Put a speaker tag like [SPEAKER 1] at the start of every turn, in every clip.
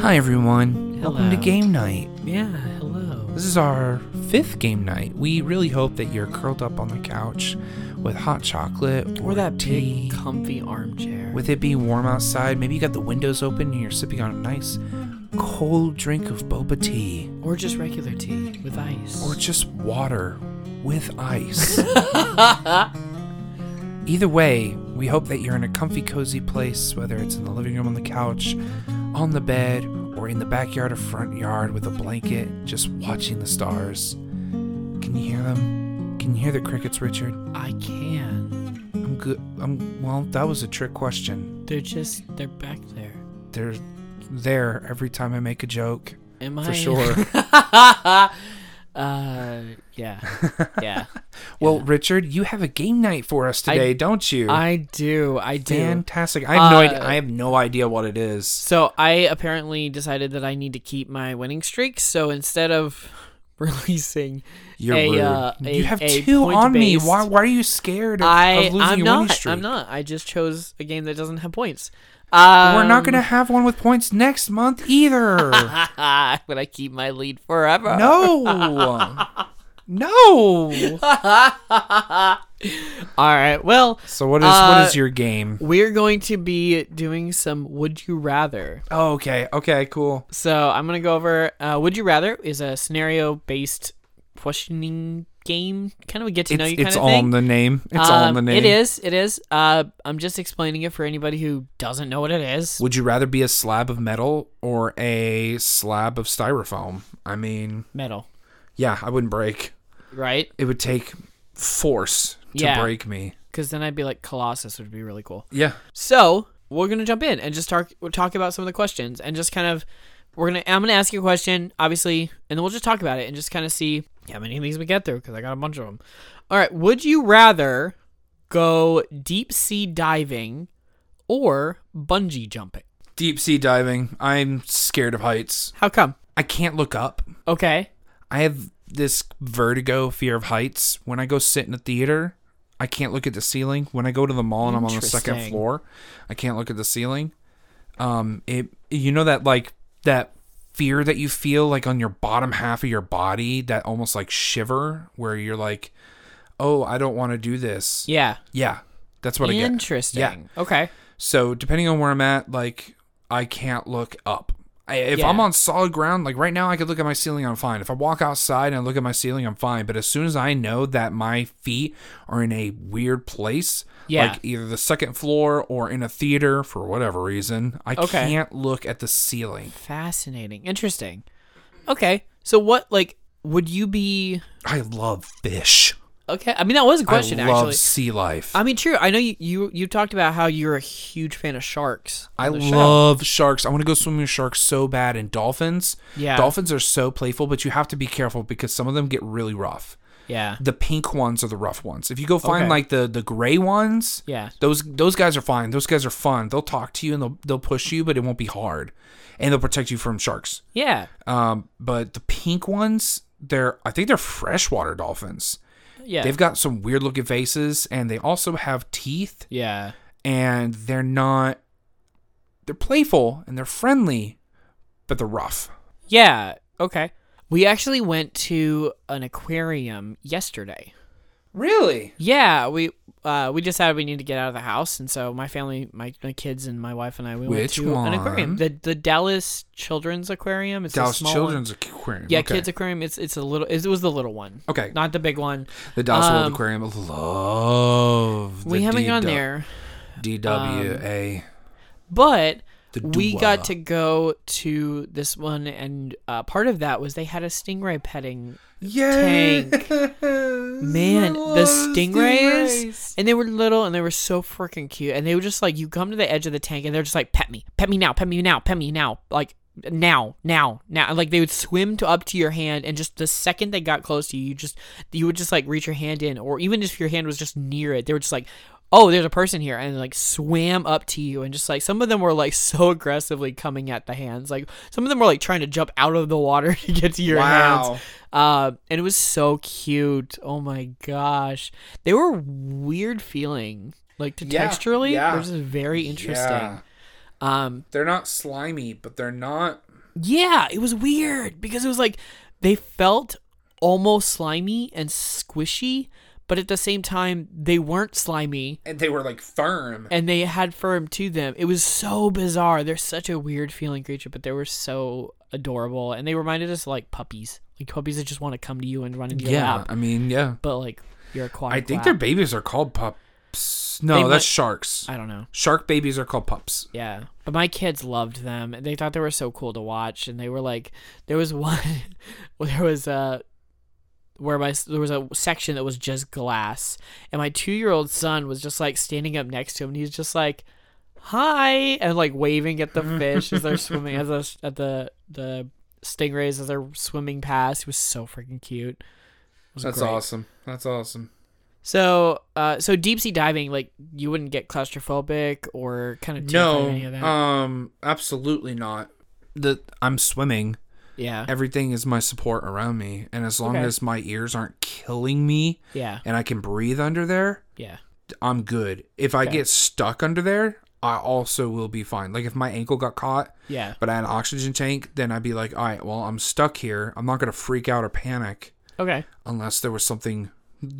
[SPEAKER 1] Hi, everyone. Welcome to
[SPEAKER 2] Hello.
[SPEAKER 1] game night.
[SPEAKER 2] Yeah, hello.
[SPEAKER 1] This is our fifth game night. We really hope that you're curled up on the couch with hot chocolate or,
[SPEAKER 2] Or that
[SPEAKER 1] tea.
[SPEAKER 2] big, comfy armchair.
[SPEAKER 1] with it being warm outside, maybe you got the windows open and you're sipping on a nice cold drink of boba tea
[SPEAKER 2] or just regular tea with ice.
[SPEAKER 1] or just water with ice. Either way, we hope that you're in a comfy, cozy place, whether it's in the living room on the couch, on the bed, or in the backyard or front yard with a blanket, just watching the stars. Can you hear them? Can you hear the crickets, Richard?
[SPEAKER 2] I can.
[SPEAKER 1] I'm good. I'm well. That was a trick question.
[SPEAKER 2] They're just they're back there.
[SPEAKER 1] They're there every time I make a joke.
[SPEAKER 2] Am I
[SPEAKER 1] For sure.
[SPEAKER 2] uh yeah. Yeah.
[SPEAKER 1] Well, Richard, you have a game night for us
[SPEAKER 2] I-
[SPEAKER 1] today, don't you?
[SPEAKER 2] I do. I do.
[SPEAKER 1] Fantastic. I have no
[SPEAKER 2] Uh,
[SPEAKER 1] idea. I have no idea what it is.
[SPEAKER 2] So I apparently decided that I need to keep my winning streak, so instead of releasing
[SPEAKER 1] You're
[SPEAKER 2] a,
[SPEAKER 1] rude.
[SPEAKER 2] uh, a-
[SPEAKER 1] you have
[SPEAKER 2] a
[SPEAKER 1] two on me.
[SPEAKER 2] point-based-
[SPEAKER 1] Why? Why are you scared of,
[SPEAKER 2] I
[SPEAKER 1] of losing
[SPEAKER 2] I'm
[SPEAKER 1] your winning
[SPEAKER 2] not
[SPEAKER 1] streak?
[SPEAKER 2] I'm not. I just chose a game that doesn't have points. Um,
[SPEAKER 1] We're not going to have one with points next month either.
[SPEAKER 2] Ah, I'm gonna keep my lead forever.
[SPEAKER 1] no. No.
[SPEAKER 2] All right. Well,
[SPEAKER 1] So what is
[SPEAKER 2] Uh,
[SPEAKER 1] what is your game?
[SPEAKER 2] we're going to be doing some Would You Rather.
[SPEAKER 1] Oh, okay. Okay. Cool.
[SPEAKER 2] So I'm going to go over uh, Would You Rather is a scenario based questioning game, kind of a get to know
[SPEAKER 1] It's,
[SPEAKER 2] you kind
[SPEAKER 1] it's
[SPEAKER 2] of
[SPEAKER 1] all
[SPEAKER 2] thing.
[SPEAKER 1] in the name. It's all in the
[SPEAKER 2] Um,
[SPEAKER 1] name.
[SPEAKER 2] It is. It is. Uh, I'm just explaining it for anybody who doesn't know what it is.
[SPEAKER 1] Would you rather be a slab of metal or a slab of styrofoam? I mean,
[SPEAKER 2] Metal,
[SPEAKER 1] yeah, I wouldn't break.
[SPEAKER 2] right?
[SPEAKER 1] It would take force to
[SPEAKER 2] Yeah.
[SPEAKER 1] break me.
[SPEAKER 2] Because then I'd be like Colossus, would be really cool.
[SPEAKER 1] Yeah.
[SPEAKER 2] So we're gonna jump in and just talk we'll talk about some of the questions and just kind of we're gonna I'm gonna ask you a question obviously and then we'll just talk about it and just kind of see how many of these we get through because I got a bunch of them. All right, would you rather go deep sea diving or bungee jumping?
[SPEAKER 1] Deep sea diving. I'm scared of heights.
[SPEAKER 2] How come?
[SPEAKER 1] I can't look up.
[SPEAKER 2] Okay,
[SPEAKER 1] I have this vertigo fear of heights. When I go sit in a theater, I can't look at the ceiling. When I go to the mall and I'm on the second
[SPEAKER 2] Interesting.
[SPEAKER 1] floor, I can't look at the ceiling. Um, it you know that like that fear that you feel like on your bottom half of your body, that almost like shiver where you're like, "Oh, I don't want to do this." Yeah.
[SPEAKER 2] yeah,
[SPEAKER 1] that's what I get.
[SPEAKER 2] interesting. Okay,
[SPEAKER 1] So depending on where I'm at, like I can't look up. I, if
[SPEAKER 2] Yeah.
[SPEAKER 1] I'm on solid ground, like right now, I could look at my ceiling. I'm fine. If I walk outside and I look at my ceiling, I'm fine. But as soon as I know that my feet are in a weird place,
[SPEAKER 2] Yeah.
[SPEAKER 1] like either the second floor or in a theater for whatever reason, I
[SPEAKER 2] Okay.
[SPEAKER 1] can't look at the ceiling.
[SPEAKER 2] fascinating, interesting. Okay, so what like would you be?
[SPEAKER 1] I love fish.
[SPEAKER 2] Okay, I mean that was a question
[SPEAKER 1] I love
[SPEAKER 2] actually.
[SPEAKER 1] sea life.
[SPEAKER 2] I mean, true. I know you, you you talked about how you're a huge fan of sharks. on
[SPEAKER 1] I
[SPEAKER 2] the show.
[SPEAKER 1] love sharks. I want to go swimming with sharks so bad. And dolphins,
[SPEAKER 2] Yeah.
[SPEAKER 1] dolphins are so playful, but you have to be careful because some of them get really rough.
[SPEAKER 2] Yeah,
[SPEAKER 1] the pink ones are the rough ones. If you go find
[SPEAKER 2] Okay.
[SPEAKER 1] like the the gray ones,
[SPEAKER 2] yeah,
[SPEAKER 1] those those guys are fine. Those guys are fun. They'll talk to you and they'll they'll push you, but it won't be hard, and they'll protect you from sharks.
[SPEAKER 2] yeah,
[SPEAKER 1] Um, but the pink ones, they're I think they're freshwater dolphins.
[SPEAKER 2] yeah.
[SPEAKER 1] They've got some weird looking faces, and they also have teeth,
[SPEAKER 2] yeah,
[SPEAKER 1] and they're not. They're playful and they're friendly, but they're rough.
[SPEAKER 2] yeah. Okay. We actually went to an aquarium yesterday.
[SPEAKER 1] Really?
[SPEAKER 2] Yeah, we uh, we decided we need to get out of the house, and so my family, my, my kids, and my wife and I, we went
[SPEAKER 1] Which
[SPEAKER 2] to an aquarium.
[SPEAKER 1] one?
[SPEAKER 2] The the Dallas Children's Aquarium. It's a
[SPEAKER 1] Dallas
[SPEAKER 2] small One.
[SPEAKER 1] Children's Aquarium.
[SPEAKER 2] Yeah,
[SPEAKER 1] okay.
[SPEAKER 2] kids aquarium. It's it's a little. It was the little one,
[SPEAKER 1] Okay,
[SPEAKER 2] not the big one.
[SPEAKER 1] The Dallas World
[SPEAKER 2] Um,
[SPEAKER 1] Aquarium. Love.
[SPEAKER 2] We
[SPEAKER 1] the
[SPEAKER 2] haven't gone
[SPEAKER 1] DW
[SPEAKER 2] there, Um,
[SPEAKER 1] DWA.
[SPEAKER 2] but
[SPEAKER 1] the
[SPEAKER 2] we
[SPEAKER 1] Dua.
[SPEAKER 2] got to go to this one and uh, part of that was they had a stingray petting
[SPEAKER 1] Yes!
[SPEAKER 2] man
[SPEAKER 1] I
[SPEAKER 2] the
[SPEAKER 1] love
[SPEAKER 2] stingrays,
[SPEAKER 1] stingrays.
[SPEAKER 2] and they were little and they were so freaking cute and they were just like you come to the edge of the tank and they're just like pet me pet me now pet me now pet me now like now now now And, like they would swim to up to your hand and just the second they got close to you you just you would just like reach your hand in or even if your hand was just near it they were just like oh there's a person here and like swam up to you and just like some of them were like so aggressively coming at the hands like some of them were like trying to jump out of the water to get to your hands
[SPEAKER 1] Wow.
[SPEAKER 2] uh, and it was so cute. Oh my gosh, they were weird feeling. Like to
[SPEAKER 1] Yeah,
[SPEAKER 2] texturally,
[SPEAKER 1] yeah.
[SPEAKER 2] they're just very interesting.
[SPEAKER 1] Yeah.
[SPEAKER 2] Um,
[SPEAKER 1] They're not slimy, but they're not.
[SPEAKER 2] Yeah, it was weird because it was like they felt almost slimy and squishy, but at the same time they weren't slimy
[SPEAKER 1] And they were like firm.
[SPEAKER 2] and they had firm to them. It was so bizarre. They're such a weird feeling creature, but they were so adorable and they reminded us of, like puppies. Like puppies that just want to come to you and run into your
[SPEAKER 1] yeah,
[SPEAKER 2] lap.
[SPEAKER 1] I mean, yeah.
[SPEAKER 2] But like you're aquatic.
[SPEAKER 1] I think
[SPEAKER 2] lap.
[SPEAKER 1] their babies are called pups. No,
[SPEAKER 2] They
[SPEAKER 1] that's
[SPEAKER 2] might-
[SPEAKER 1] sharks.
[SPEAKER 2] I don't know.
[SPEAKER 1] Shark babies are called pups.
[SPEAKER 2] Yeah. But my kids loved them. They thought they were so cool to watch and they were like there was one there was a where my there was a section that was just glass and my 2-year-old son was just like standing up next to him and he was just like hi and like waving at the fish as they're swimming as the at the the stingrays as they're swimming past. It was so freaking cute. It was
[SPEAKER 1] That's
[SPEAKER 2] great.
[SPEAKER 1] awesome. That's awesome.
[SPEAKER 2] So, uh, so deep sea diving, like you wouldn't get claustrophobic or kind of terrified of
[SPEAKER 1] No,
[SPEAKER 2] any of that.
[SPEAKER 1] um, absolutely not. The I'm swimming.
[SPEAKER 2] yeah,
[SPEAKER 1] Everything is my support around me, and as long
[SPEAKER 2] Okay.
[SPEAKER 1] as my ears aren't killing me
[SPEAKER 2] yeah,
[SPEAKER 1] and I can breathe under there,
[SPEAKER 2] yeah.
[SPEAKER 1] I'm good. If I
[SPEAKER 2] Okay.
[SPEAKER 1] get stuck under there, I also will be fine. Like if my ankle got caught,
[SPEAKER 2] Yeah.
[SPEAKER 1] but I had an oxygen tank, then I'd be like, all right, well, I'm stuck here. I'm not gonna freak out or panic
[SPEAKER 2] Okay.
[SPEAKER 1] unless there was something,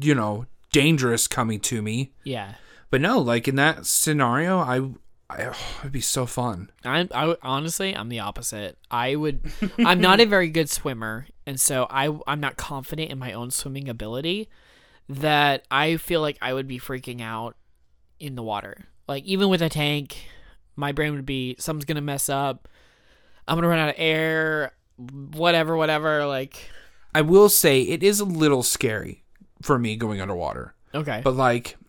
[SPEAKER 1] you know, dangerous coming to me.
[SPEAKER 2] Yeah.
[SPEAKER 1] But no, like in that scenario, I, I it'd be so fun.
[SPEAKER 2] I'm. I would- honestly, I'm the opposite. I would. I'm not a very good swimmer, and so I. I'm not confident in my own swimming ability. That I feel like I would be freaking out in the water. Like even with a tank, my brain would be something's gonna mess up. I'm gonna run out of air. Whatever. Whatever. Like.
[SPEAKER 1] I will say it is a little scary for me going underwater.
[SPEAKER 2] Okay.
[SPEAKER 1] But like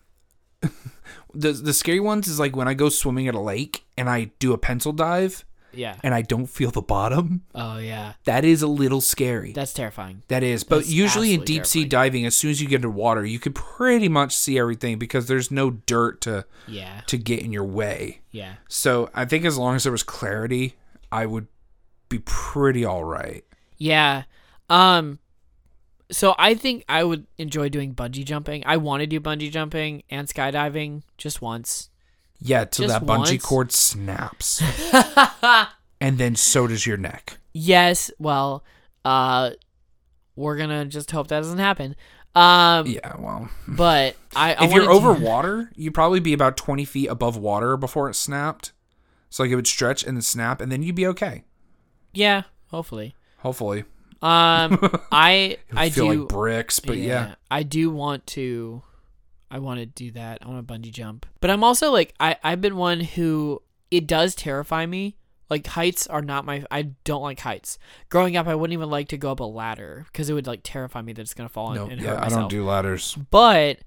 [SPEAKER 1] the the scary ones is like when I go swimming at a lake and I do a pencil dive
[SPEAKER 2] yeah.
[SPEAKER 1] and I don't feel the bottom.
[SPEAKER 2] Oh yeah.
[SPEAKER 1] That is a little scary.
[SPEAKER 2] That's terrifying.
[SPEAKER 1] that is, but
[SPEAKER 2] that's
[SPEAKER 1] usually in
[SPEAKER 2] absolutely
[SPEAKER 1] deep sea
[SPEAKER 2] terrifying.
[SPEAKER 1] diving, as soon as you get into water, you can pretty much see everything because there's no dirt to
[SPEAKER 2] Yeah.
[SPEAKER 1] to get in your way.
[SPEAKER 2] Yeah.
[SPEAKER 1] So I think as long as there was clarity, I would be pretty all right.
[SPEAKER 2] Yeah. Um so I think I would enjoy doing bungee jumping. I want to do bungee jumping and skydiving just once.
[SPEAKER 1] Yeah, till
[SPEAKER 2] Just
[SPEAKER 1] that bungee
[SPEAKER 2] once?
[SPEAKER 1] cord snaps, and then so does your neck.
[SPEAKER 2] yes, well, uh we're going to just hope that doesn't happen. Um
[SPEAKER 1] Yeah, well,
[SPEAKER 2] but I, I
[SPEAKER 1] if you're
[SPEAKER 2] wanna do-
[SPEAKER 1] over water, you'd probably be about 20 feet above water before it snapped. So like it would stretch and then snap, and then you'd be okay.
[SPEAKER 2] Yeah, hopefully.
[SPEAKER 1] Hopefully,
[SPEAKER 2] Um I
[SPEAKER 1] it would
[SPEAKER 2] I
[SPEAKER 1] feel
[SPEAKER 2] do
[SPEAKER 1] like bricks, but yeah.
[SPEAKER 2] I do want to. I want to do that. I want to bungee jump, but I'm also like I I've been one who it does terrify me. Like heights are not my. I don't like heights. Growing up, I wouldn't even like to go up a ladder because it would like terrify me that it's gonna fall
[SPEAKER 1] no,
[SPEAKER 2] and, and
[SPEAKER 1] yeah,
[SPEAKER 2] hurt
[SPEAKER 1] I
[SPEAKER 2] myself.
[SPEAKER 1] don't do ladders.
[SPEAKER 2] But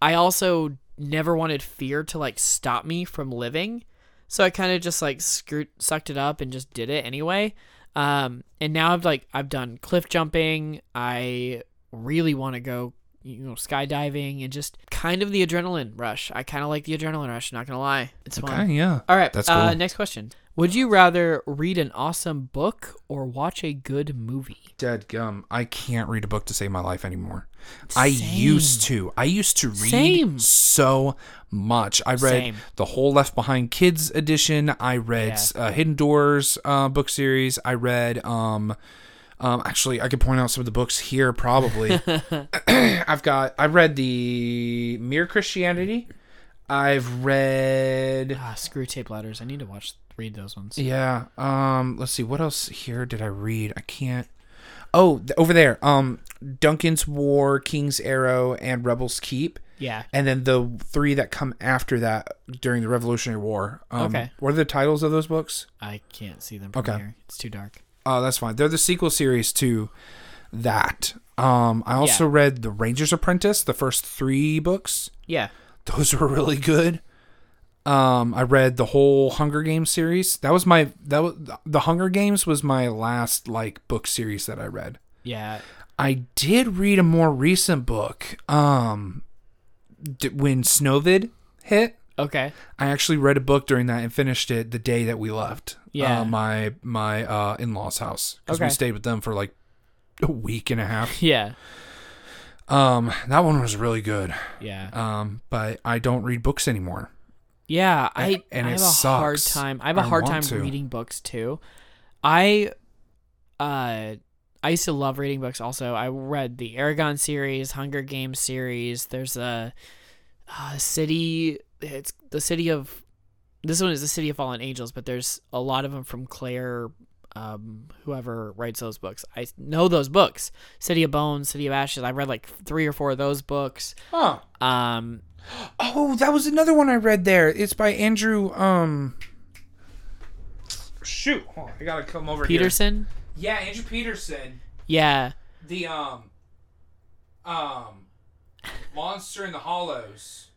[SPEAKER 2] I also never wanted fear to like stop me from living. So I kind of just like screwed, sucked it up and just did it anyway. Um, and now I've like I've done cliff jumping. I really want to go, you know, skydiving and just kind of the adrenaline rush. I kind of like the adrenaline rush. Not gonna lie, it's fun.
[SPEAKER 1] Okay, yeah.
[SPEAKER 2] All right,
[SPEAKER 1] That's
[SPEAKER 2] uh,
[SPEAKER 1] cool.
[SPEAKER 2] next question. Would you rather read an awesome book or watch a good movie?
[SPEAKER 1] Dead gum. I can't read a book to save my life anymore. I
[SPEAKER 2] Same.
[SPEAKER 1] used to. I used to read
[SPEAKER 2] Same.
[SPEAKER 1] so much. I read
[SPEAKER 2] Same.
[SPEAKER 1] the whole Left Behind Kids edition. I read uh, Hidden Doors uh, book series. I read. Um, um, actually, I could point out some of the books here. Probably, I've got. I read the Mere Christianity. I've read.
[SPEAKER 2] Ah, screw tape ladders. I need to watch read those ones.
[SPEAKER 1] Yeah. Um. Let's see. What else here did I read? I can't. Oh, th- over there. Um. Duncan's War, King's Arrow, and Rebels Keep,
[SPEAKER 2] Yeah.
[SPEAKER 1] and then the three that come after that during the Revolutionary War. Um,
[SPEAKER 2] Okay.
[SPEAKER 1] What are the titles of those books?
[SPEAKER 2] I can't see them from
[SPEAKER 1] Okay.
[SPEAKER 2] here. It's too dark.
[SPEAKER 1] Oh, that's fine. They're the sequel series to that. Um. I also read The Ranger's Apprentice, the first three books.
[SPEAKER 2] Yeah.
[SPEAKER 1] Those were really good. Um, I read the whole Hunger Games series. That was my that was, the Hunger Games was my last like book series that I read.
[SPEAKER 2] Yeah.
[SPEAKER 1] I did read a more recent book. Um, d- when Snowvid hit,
[SPEAKER 2] Okay.
[SPEAKER 1] I actually read a book during that and finished it the day that we left.
[SPEAKER 2] Yeah.
[SPEAKER 1] uh, my my uh, in laws house because we
[SPEAKER 2] Okay.
[SPEAKER 1] stayed with them for like a week and a half.
[SPEAKER 2] Yeah.
[SPEAKER 1] Um, that one was really good.
[SPEAKER 2] Yeah.
[SPEAKER 1] Um, but I don't read books anymore.
[SPEAKER 2] Yeah. I
[SPEAKER 1] and
[SPEAKER 2] I
[SPEAKER 1] it
[SPEAKER 2] have a hard
[SPEAKER 1] sucks.
[SPEAKER 2] time. I have a
[SPEAKER 1] I
[SPEAKER 2] hard time
[SPEAKER 1] want to.
[SPEAKER 2] reading books too. I uh I used to love reading books also. I read the Aragon series, Hunger Games series. There's a, a city it's the city of this one is the city of fallen angels, but there's a lot of them from Claire um whoever writes those books. I know those books. City of Bones, City of Ashes. I read like 3 or 4 of those books.
[SPEAKER 1] Huh.
[SPEAKER 2] Um
[SPEAKER 1] Oh, that was another one I read there. It's by Andrew. Um. Shoot, Hold on, I gotta come over
[SPEAKER 2] Peterson?
[SPEAKER 1] here. Yeah, Andrew Peterson.
[SPEAKER 2] Yeah.
[SPEAKER 1] The um, um, monster in the hollows.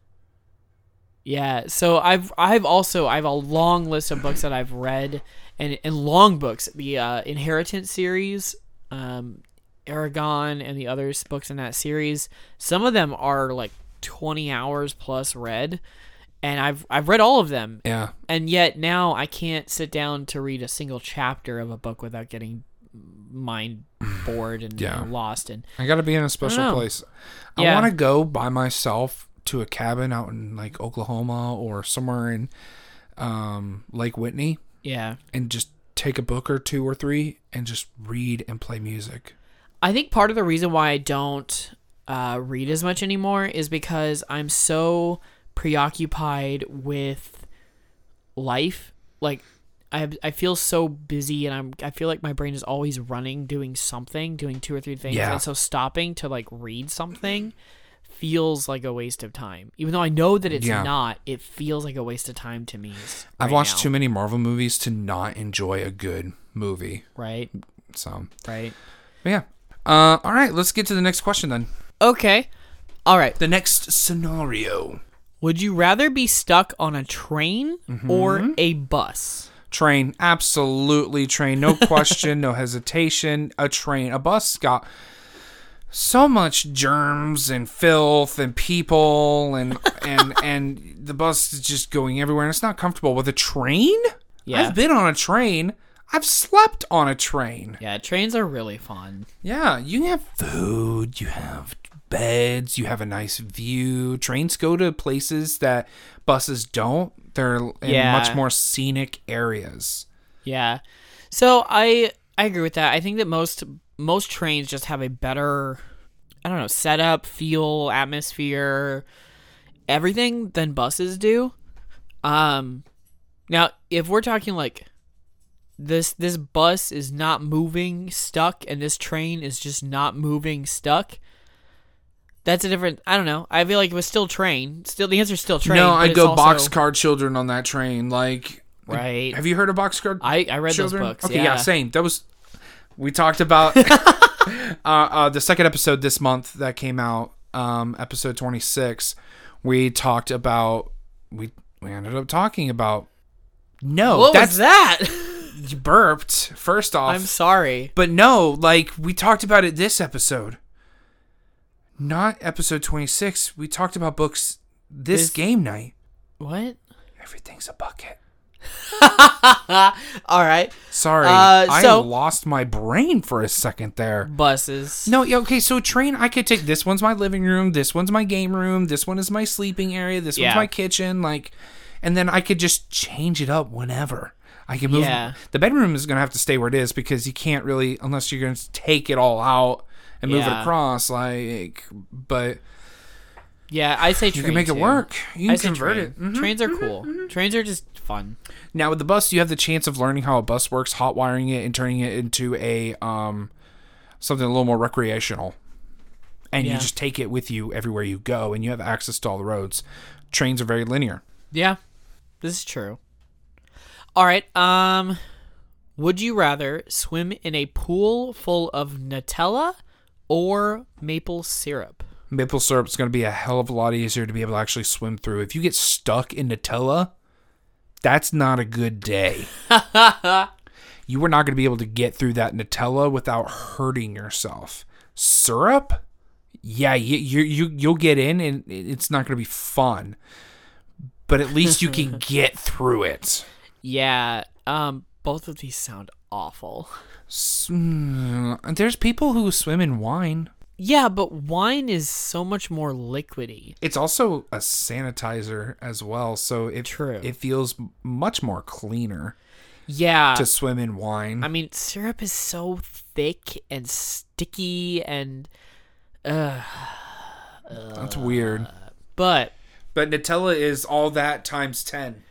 [SPEAKER 2] Yeah, so I've I've also I have a long list of books that I've read and and long books, the uh, Inheritance series, um, Aragon, and the other s- books in that series. Some of them are like twenty hours plus read, and I've I've read all of them,
[SPEAKER 1] Yeah.
[SPEAKER 2] and yet now I can't sit down to read a single chapter of a book without getting mind bored and,
[SPEAKER 1] Yeah.
[SPEAKER 2] and lost. And
[SPEAKER 1] I gotta be in a
[SPEAKER 2] I
[SPEAKER 1] special
[SPEAKER 2] don't know.
[SPEAKER 1] place. I
[SPEAKER 2] Yeah.
[SPEAKER 1] want to go by myself to a cabin out in like Oklahoma or somewhere in um, Lake Whitney
[SPEAKER 2] yeah,
[SPEAKER 1] and just take a book or two or three and just read and play music.
[SPEAKER 2] I think part of the reason why I don't uh, read as much anymore is because I'm so preoccupied with life. Like I I feel so busy, and I'm I feel like my brain is always running, doing something, doing two or three things,
[SPEAKER 1] Yeah.
[SPEAKER 2] and so stopping to like read something feels like a waste of time. Even though I know that it's
[SPEAKER 1] Yeah.
[SPEAKER 2] not, it feels like a waste of time to me. s-
[SPEAKER 1] I've
[SPEAKER 2] right
[SPEAKER 1] watched
[SPEAKER 2] now,
[SPEAKER 1] too many Marvel movies to not enjoy a good movie.
[SPEAKER 2] Right,
[SPEAKER 1] So,
[SPEAKER 2] right.
[SPEAKER 1] but yeah. Uh, all right, let's get to the next question then.
[SPEAKER 2] Okay, all right.
[SPEAKER 1] The next scenario
[SPEAKER 2] Would you rather be stuck on a train or a bus?
[SPEAKER 1] train. Absolutely train. No question, no hesitation. A train. A bus got so much germs and filth and people and and and the bus is just going everywhere and it's not comfortable with a train?
[SPEAKER 2] Yeah.
[SPEAKER 1] I've been on a train. I've slept on a train.
[SPEAKER 2] Yeah, trains are really fun.
[SPEAKER 1] Yeah, you have food, you have beds, you have a nice view. Trains go to places that buses don't. They're in
[SPEAKER 2] Yeah.
[SPEAKER 1] much more scenic areas.
[SPEAKER 2] Yeah. So I I agree with that. I think that most most trains just have a better I don't know, setup, feel, atmosphere, everything than buses do. Um now if we're talking like this this bus is not moving stuck and this train is just not moving stuck that's a different i don't know i feel like it was still train still the answer's still train
[SPEAKER 1] no,
[SPEAKER 2] but
[SPEAKER 1] I
[SPEAKER 2] it's
[SPEAKER 1] go
[SPEAKER 2] also-
[SPEAKER 1] boxcar children on that train. Like,
[SPEAKER 2] right
[SPEAKER 1] have you heard of boxcar
[SPEAKER 2] i i read
[SPEAKER 1] children?
[SPEAKER 2] those books
[SPEAKER 1] okay, yeah. same. That was we talked about uh, uh, the second episode this month that came out, um, episode twenty six. We talked about we we ended up talking about no,
[SPEAKER 2] What
[SPEAKER 1] Oh, that's
[SPEAKER 2] was that?
[SPEAKER 1] you burped first off,
[SPEAKER 2] I'm sorry.
[SPEAKER 1] but no, like we talked about it this episode, not episode twenty six. We talked about books this
[SPEAKER 2] This-
[SPEAKER 1] game night.
[SPEAKER 2] What?
[SPEAKER 1] Everything's a bucket.
[SPEAKER 2] All right.
[SPEAKER 1] Sorry,
[SPEAKER 2] Uh, so-
[SPEAKER 1] I lost my brain for a second there.
[SPEAKER 2] Buses.
[SPEAKER 1] No, yeah, okay, so train I could take this one's my living room, this one's my game room, this one is my sleeping area, this
[SPEAKER 2] Yeah.
[SPEAKER 1] one's my kitchen, like and then I could just change it up whenever. I can move
[SPEAKER 2] Yeah.
[SPEAKER 1] the bedroom is gonna have to stay where it is because you can't really unless you're gonna take it all out and move
[SPEAKER 2] Yeah.
[SPEAKER 1] it across, like but
[SPEAKER 2] Yeah, I say train.
[SPEAKER 1] you can make
[SPEAKER 2] too.
[SPEAKER 1] it work. You
[SPEAKER 2] I
[SPEAKER 1] can
[SPEAKER 2] say
[SPEAKER 1] convert
[SPEAKER 2] train.
[SPEAKER 1] it. Mm-hmm.
[SPEAKER 2] Trains are cool. Trains are just fun.
[SPEAKER 1] Now with the bus, you have the chance of learning how a bus works, hot wiring it, and turning it into a um something a little more recreational. And
[SPEAKER 2] Yeah.
[SPEAKER 1] you just take it with you everywhere you go, and you have access to all the roads. Trains are very linear.
[SPEAKER 2] Yeah, this is true. All right. Um, would you rather swim in a pool full of Nutella or maple syrup?
[SPEAKER 1] Maple syrup is going to be a hell of a lot easier to be able to actually swim through. If you get stuck in Nutella, that's not a good day. you were not going to be able to get through that Nutella without hurting yourself. Syrup? Yeah, you you, you you'll get in and it- it's not going to be fun. But at least you can get through it.
[SPEAKER 2] Yeah. Um, both of these sound awful.
[SPEAKER 1] S- mm, There's people who swim in wine.
[SPEAKER 2] Yeah, but wine is so much more liquidy.
[SPEAKER 1] It's also a sanitizer as well, so it
[SPEAKER 2] True.
[SPEAKER 1] it feels m- much more cleaner.
[SPEAKER 2] yeah.
[SPEAKER 1] to swim in wine.
[SPEAKER 2] I mean, syrup is so thick and sticky and uh,
[SPEAKER 1] That's weird.
[SPEAKER 2] but
[SPEAKER 1] But Nutella is all that times 10.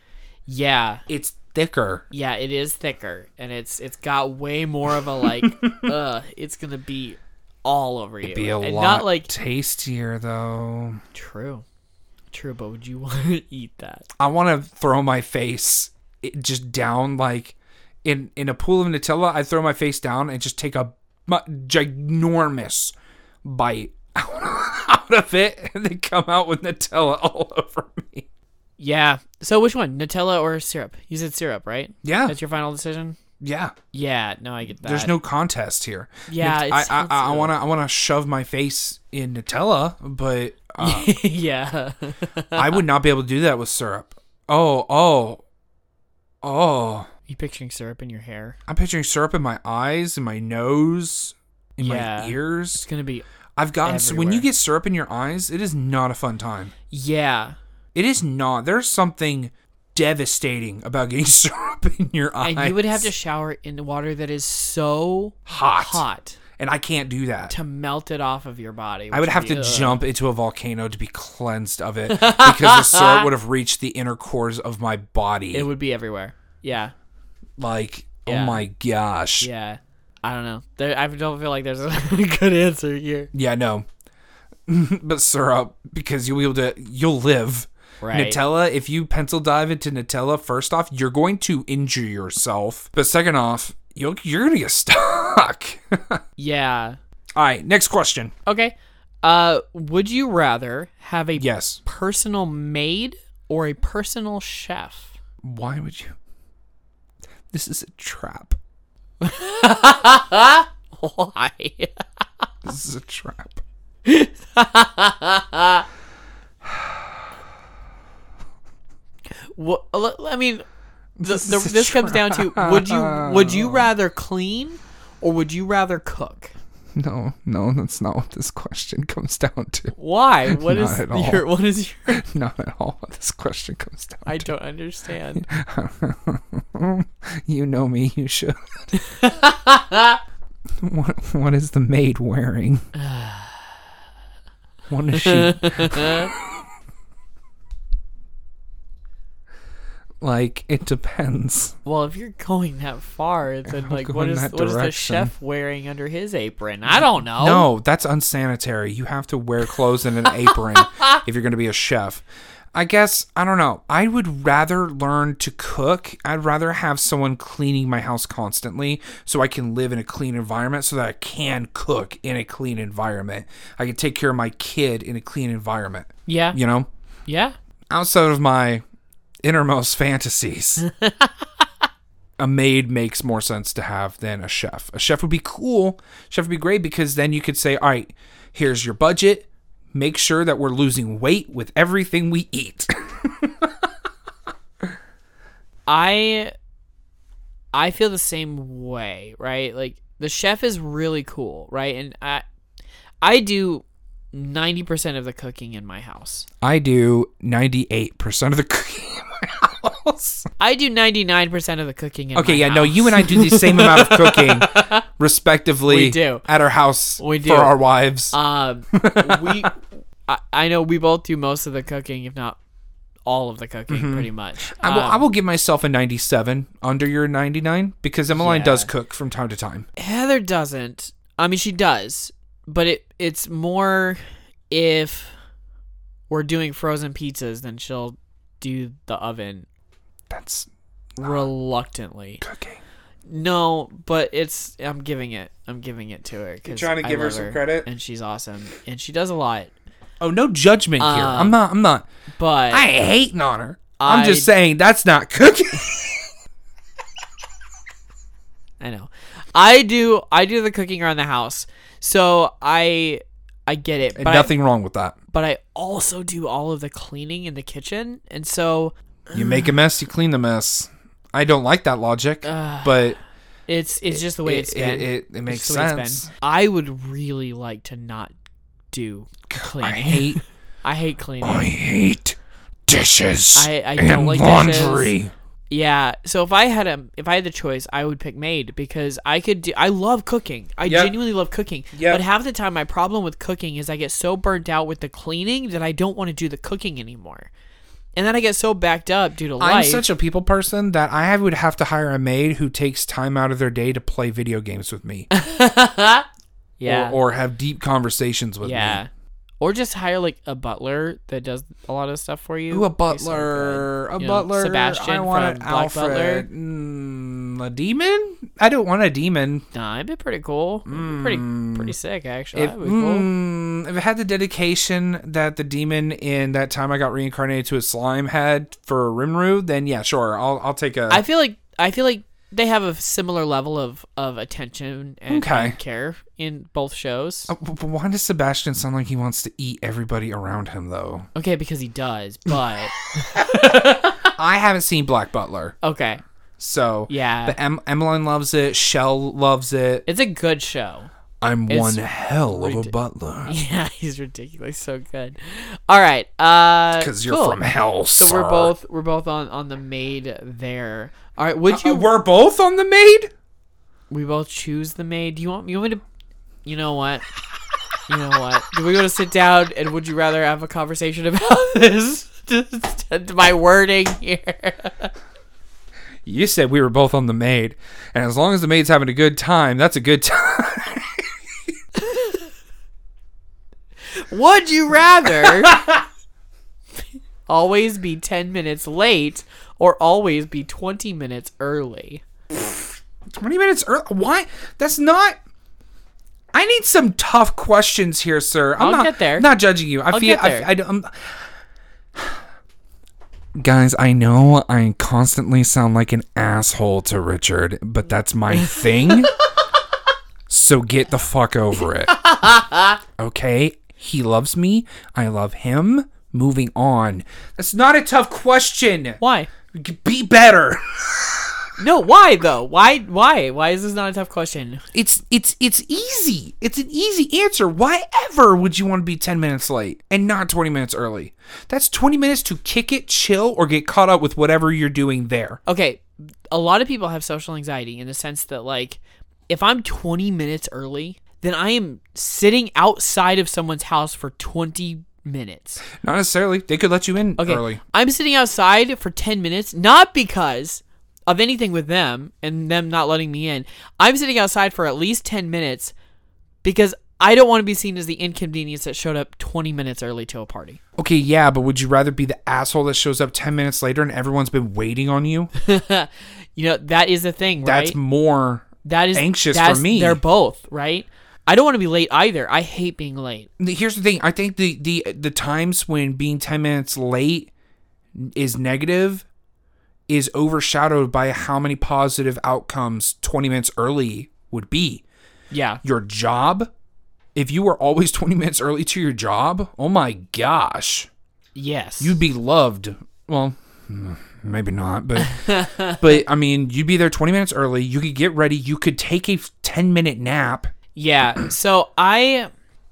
[SPEAKER 2] yeah.
[SPEAKER 1] It's thicker.
[SPEAKER 2] Yeah, it is thicker and it's it's got way more of a like uh it's going to be all over you.
[SPEAKER 1] Be a
[SPEAKER 2] and
[SPEAKER 1] lot
[SPEAKER 2] not like
[SPEAKER 1] tastier though.
[SPEAKER 2] true. True, but would you want to eat that?
[SPEAKER 1] I want to throw my face it- just down like in in a pool of Nutella. I throw my face down and just take a mu- ginormous bite out of it, and then come out with Nutella all over me.
[SPEAKER 2] Yeah. So which one? Nutella or syrup? You said syrup, right?
[SPEAKER 1] Yeah,
[SPEAKER 2] That's your final decision?
[SPEAKER 1] yeah.
[SPEAKER 2] Yeah, no, I get that.
[SPEAKER 1] There's no contest here.
[SPEAKER 2] Yeah,
[SPEAKER 1] Nut-
[SPEAKER 2] it's-
[SPEAKER 1] I I- I
[SPEAKER 2] it's, uh,
[SPEAKER 1] want to I want to shove my face in Nutella, but uh,
[SPEAKER 2] Yeah.
[SPEAKER 1] I would not be able to do that with syrup. Oh oh oh.
[SPEAKER 2] you picturing syrup in your hair?
[SPEAKER 1] I'm picturing syrup in my eyes, in my nose, in
[SPEAKER 2] Yeah.
[SPEAKER 1] my ears.
[SPEAKER 2] It's going to be
[SPEAKER 1] I've gotten so when you
[SPEAKER 2] everywhere.
[SPEAKER 1] get syrup in your eyes, it is not a fun time.
[SPEAKER 2] Yeah.
[SPEAKER 1] It is not. There's something devastating about getting syrup in your eyes.
[SPEAKER 2] And you would have to shower in water that is so
[SPEAKER 1] hot,
[SPEAKER 2] hot
[SPEAKER 1] and I can't do that.
[SPEAKER 2] to melt it off of your body.
[SPEAKER 1] I
[SPEAKER 2] which
[SPEAKER 1] would have
[SPEAKER 2] be-
[SPEAKER 1] to
[SPEAKER 2] ugh.
[SPEAKER 1] jump into a volcano to be cleansed of it because the syrup would have reached the inner cores of my body.
[SPEAKER 2] It would be everywhere. Yeah.
[SPEAKER 1] like,
[SPEAKER 2] Yeah.
[SPEAKER 1] oh my gosh.
[SPEAKER 2] Yeah. I don't know. There, I don't feel like there's a good answer here.
[SPEAKER 1] Yeah, no. but syrup, because you'll be able to, you'll live.
[SPEAKER 2] Right.
[SPEAKER 1] Nutella, if you pencil dive into Nutella, first off, you're going to injure yourself. But second off, you'll, you're going to get stuck. All
[SPEAKER 2] Yeah.
[SPEAKER 1] right, next question.
[SPEAKER 2] Okay. Uh, would you rather have a
[SPEAKER 1] Yes.
[SPEAKER 2] personal maid or a personal chef?
[SPEAKER 1] Why would you? This is a trap.
[SPEAKER 2] Why?
[SPEAKER 1] This is a trap.
[SPEAKER 2] What, I mean, the,
[SPEAKER 1] This
[SPEAKER 2] the,
[SPEAKER 1] is a
[SPEAKER 2] this comes down to would you would you rather clean or would you rather cook?
[SPEAKER 1] No, no, that's not what this question comes down to.
[SPEAKER 2] Why? What is
[SPEAKER 1] Not at all.
[SPEAKER 2] your what is your
[SPEAKER 1] Not at all what this question comes down
[SPEAKER 2] I don't understand.
[SPEAKER 1] You know me, you should. what what is the maid wearing? What is she like? It depends.
[SPEAKER 2] Well, if you're going that far, then like what
[SPEAKER 1] going
[SPEAKER 2] is
[SPEAKER 1] that
[SPEAKER 2] what is the
[SPEAKER 1] direction.
[SPEAKER 2] chef wearing under his apron? I don't know.
[SPEAKER 1] No, that's unsanitary. You have to wear clothes and an apron if you're going to be a chef. I guess I don't know. I would rather learn to cook. I'd rather have someone cleaning my house constantly so I can live in a clean environment so that I can cook in a clean environment. I can take care of my kid in a clean environment,
[SPEAKER 2] Yeah.
[SPEAKER 1] you know?
[SPEAKER 2] Yeah.
[SPEAKER 1] Outside of my innermost fantasies. a maid makes more sense to have than a chef. A chef would be cool. Chef would be great because then you could say, all right, here's your budget. Make sure that we're losing weight with everything we eat.
[SPEAKER 2] I I feel the same way, right? Like the chef is really cool, right? And I I do 90% of the cooking in my house.
[SPEAKER 1] I do 98% of the cooking in my house.
[SPEAKER 2] I do 99% of the cooking in
[SPEAKER 1] Okay,
[SPEAKER 2] my
[SPEAKER 1] yeah, no,
[SPEAKER 2] house.
[SPEAKER 1] you and I do the same amount of cooking, respectively,
[SPEAKER 2] We do.
[SPEAKER 1] at our house
[SPEAKER 2] We do.
[SPEAKER 1] for our wives.
[SPEAKER 2] Um, we, I, I know we both do most of the cooking, if not all of the cooking, pretty much.
[SPEAKER 1] Mm-hmm. I, will,
[SPEAKER 2] Um,
[SPEAKER 1] I will give myself a 97 under your 99 because Emmeline
[SPEAKER 2] Yeah.
[SPEAKER 1] does cook from time to time.
[SPEAKER 2] Heather doesn't. I mean, she does, but it it's more if we're doing frozen pizzas, then she'll do the oven
[SPEAKER 1] That's
[SPEAKER 2] reluctantly.
[SPEAKER 1] cooking.
[SPEAKER 2] No, but it's I'm giving it. I'm giving it to her. 'cause
[SPEAKER 1] trying to
[SPEAKER 2] I
[SPEAKER 1] give her
[SPEAKER 2] love
[SPEAKER 1] some credit?
[SPEAKER 2] and she's awesome, and she does a lot.
[SPEAKER 1] Oh, no judgment here. I'm not. I'm not.
[SPEAKER 2] But
[SPEAKER 1] I ain't hating on her. I'm
[SPEAKER 2] Uh, I-
[SPEAKER 1] just saying that's not cooking.
[SPEAKER 2] I know. I do. I do the cooking around the house, so I I get it. But
[SPEAKER 1] Nothing wrong with that.
[SPEAKER 2] I, but I also do all of the cleaning in the kitchen, and so
[SPEAKER 1] You make a mess, you clean the mess. I don't like that logic, but
[SPEAKER 2] it's it's just the way
[SPEAKER 1] it-
[SPEAKER 2] it's been.
[SPEAKER 1] it- it- it
[SPEAKER 2] It's
[SPEAKER 1] makes
[SPEAKER 2] just the way it's
[SPEAKER 1] sense.
[SPEAKER 2] been. I would really like to not do cleaning.
[SPEAKER 1] I hate.
[SPEAKER 2] I hate cleaning.
[SPEAKER 1] I hate dishes.
[SPEAKER 2] I- I
[SPEAKER 1] and
[SPEAKER 2] don't like dishes.
[SPEAKER 1] laundry.
[SPEAKER 2] Yeah. So if I had a if I had the choice, I would pick maid because I could do I love cooking. I
[SPEAKER 1] Yep.
[SPEAKER 2] genuinely love cooking.
[SPEAKER 1] Yep.
[SPEAKER 2] But half the time my problem with cooking is I get so burnt out with the cleaning that I don't want to do the cooking anymore. And then I get so backed up due to
[SPEAKER 1] I'm
[SPEAKER 2] life.
[SPEAKER 1] such a people person that I would have to hire a maid who takes time out of their day to play video games with me
[SPEAKER 2] yeah.
[SPEAKER 1] or, or have deep conversations with
[SPEAKER 2] yeah. Or just hire like a butler that does a lot of stuff for
[SPEAKER 1] me.
[SPEAKER 2] you.
[SPEAKER 1] Ooh, a
[SPEAKER 2] That'd be so
[SPEAKER 1] butler,
[SPEAKER 2] good.
[SPEAKER 1] a
[SPEAKER 2] You know,
[SPEAKER 1] butler.
[SPEAKER 2] Sebastian
[SPEAKER 1] I want
[SPEAKER 2] from
[SPEAKER 1] an
[SPEAKER 2] Black
[SPEAKER 1] Alfred.
[SPEAKER 2] Butler.
[SPEAKER 1] Mm, a demon? I don't want a demon.
[SPEAKER 2] Nah, it'd be pretty cool. It'd be Pretty pretty sick actually.
[SPEAKER 1] Hmm. If,
[SPEAKER 2] That'd be cool.
[SPEAKER 1] mm, if it had the dedication that the demon in that time I got reincarnated to a slime had for Rimru, then yeah, sure, I'll I'll take a.
[SPEAKER 2] I feel like I feel like they have a similar level of of attention and,
[SPEAKER 1] Okay.
[SPEAKER 2] and care in both shows.
[SPEAKER 1] Uh, but why does Sebastian sound like he wants to eat everybody around him though?
[SPEAKER 2] Okay, because he does, but
[SPEAKER 1] I haven't seen Black Butler,
[SPEAKER 2] okay,
[SPEAKER 1] so
[SPEAKER 2] yeah,
[SPEAKER 1] But em- Emmeline loves it. Shell loves it.
[SPEAKER 2] it's a good show.
[SPEAKER 1] I'm
[SPEAKER 2] It's
[SPEAKER 1] one hell of a
[SPEAKER 2] ridic-
[SPEAKER 1] butler
[SPEAKER 2] Yeah, he's ridiculous, so good. All right, uh,
[SPEAKER 1] because you're
[SPEAKER 2] cool.
[SPEAKER 1] from hell.
[SPEAKER 2] So
[SPEAKER 1] sir.
[SPEAKER 2] we're both we're both on on the maid there. All right, would
[SPEAKER 1] Uh,
[SPEAKER 2] you?
[SPEAKER 1] we're both on the maid.
[SPEAKER 2] we both choose the maid. Do you want you want me to? You know what? You know what? Do we want to sit down and would you rather have a conversation about this? Just my wording here.
[SPEAKER 1] You said we were both on the maid, and as long as the maid's having a good time, that's a good time.
[SPEAKER 2] Would you rather always be 10 minutes late or always be 20 minutes early?
[SPEAKER 1] Twenty minutes early. Why? That's not. I need some tough questions here, sir. I'm
[SPEAKER 2] I'll
[SPEAKER 1] not,
[SPEAKER 2] get there.
[SPEAKER 1] Not judging you. I feel.
[SPEAKER 2] get
[SPEAKER 1] I-
[SPEAKER 2] there.
[SPEAKER 1] I, don't. Guys, I know I constantly sound like an asshole to Richard, but that's my thing. so get the fuck over it. Okay? He loves me. I love him. Moving on. That's not a tough question.
[SPEAKER 2] Why?
[SPEAKER 1] Be better.
[SPEAKER 2] No, why though? Why why? Why is this not a tough question?
[SPEAKER 1] It's it's it's easy. It's an easy answer. Why ever would you want to be 10 minutes late and not 20 minutes early? That's 20 minutes to kick it, chill or get caught up with whatever you're doing there.
[SPEAKER 2] Okay, a lot of people have social anxiety in the sense that like if I'm 20 minutes early, then I am sitting outside of someone's house for 20 minutes.
[SPEAKER 1] Not necessarily. They could let you in
[SPEAKER 2] Okay.
[SPEAKER 1] early.
[SPEAKER 2] I'm sitting outside for 10 minutes, not because of anything with them and them not letting me in. I'm sitting outside for at least 10 minutes because I don't want to be seen as the inconvenience that showed up 20 minutes early to a party.
[SPEAKER 1] Okay, yeah, but would you rather be the asshole that shows up 10 minutes later and everyone's been waiting on you?
[SPEAKER 2] You know, that is the thing, right?
[SPEAKER 1] That's more
[SPEAKER 2] that is
[SPEAKER 1] anxious for
[SPEAKER 2] that's-
[SPEAKER 1] me.
[SPEAKER 2] They're both, right? I don't want to be late either. I hate being late.
[SPEAKER 1] here's the thing i think the the the times when being 10 minutes late is negative is overshadowed by how many positive outcomes 20 minutes early would be
[SPEAKER 2] Yeah.
[SPEAKER 1] your job if you were always 20 minutes early to your job oh my gosh
[SPEAKER 2] Yes.
[SPEAKER 1] you'd be loved well hmm, maybe not but but i mean you'd be there 20 minutes early you could get ready you could take a 10 minute nap
[SPEAKER 2] yeah. So I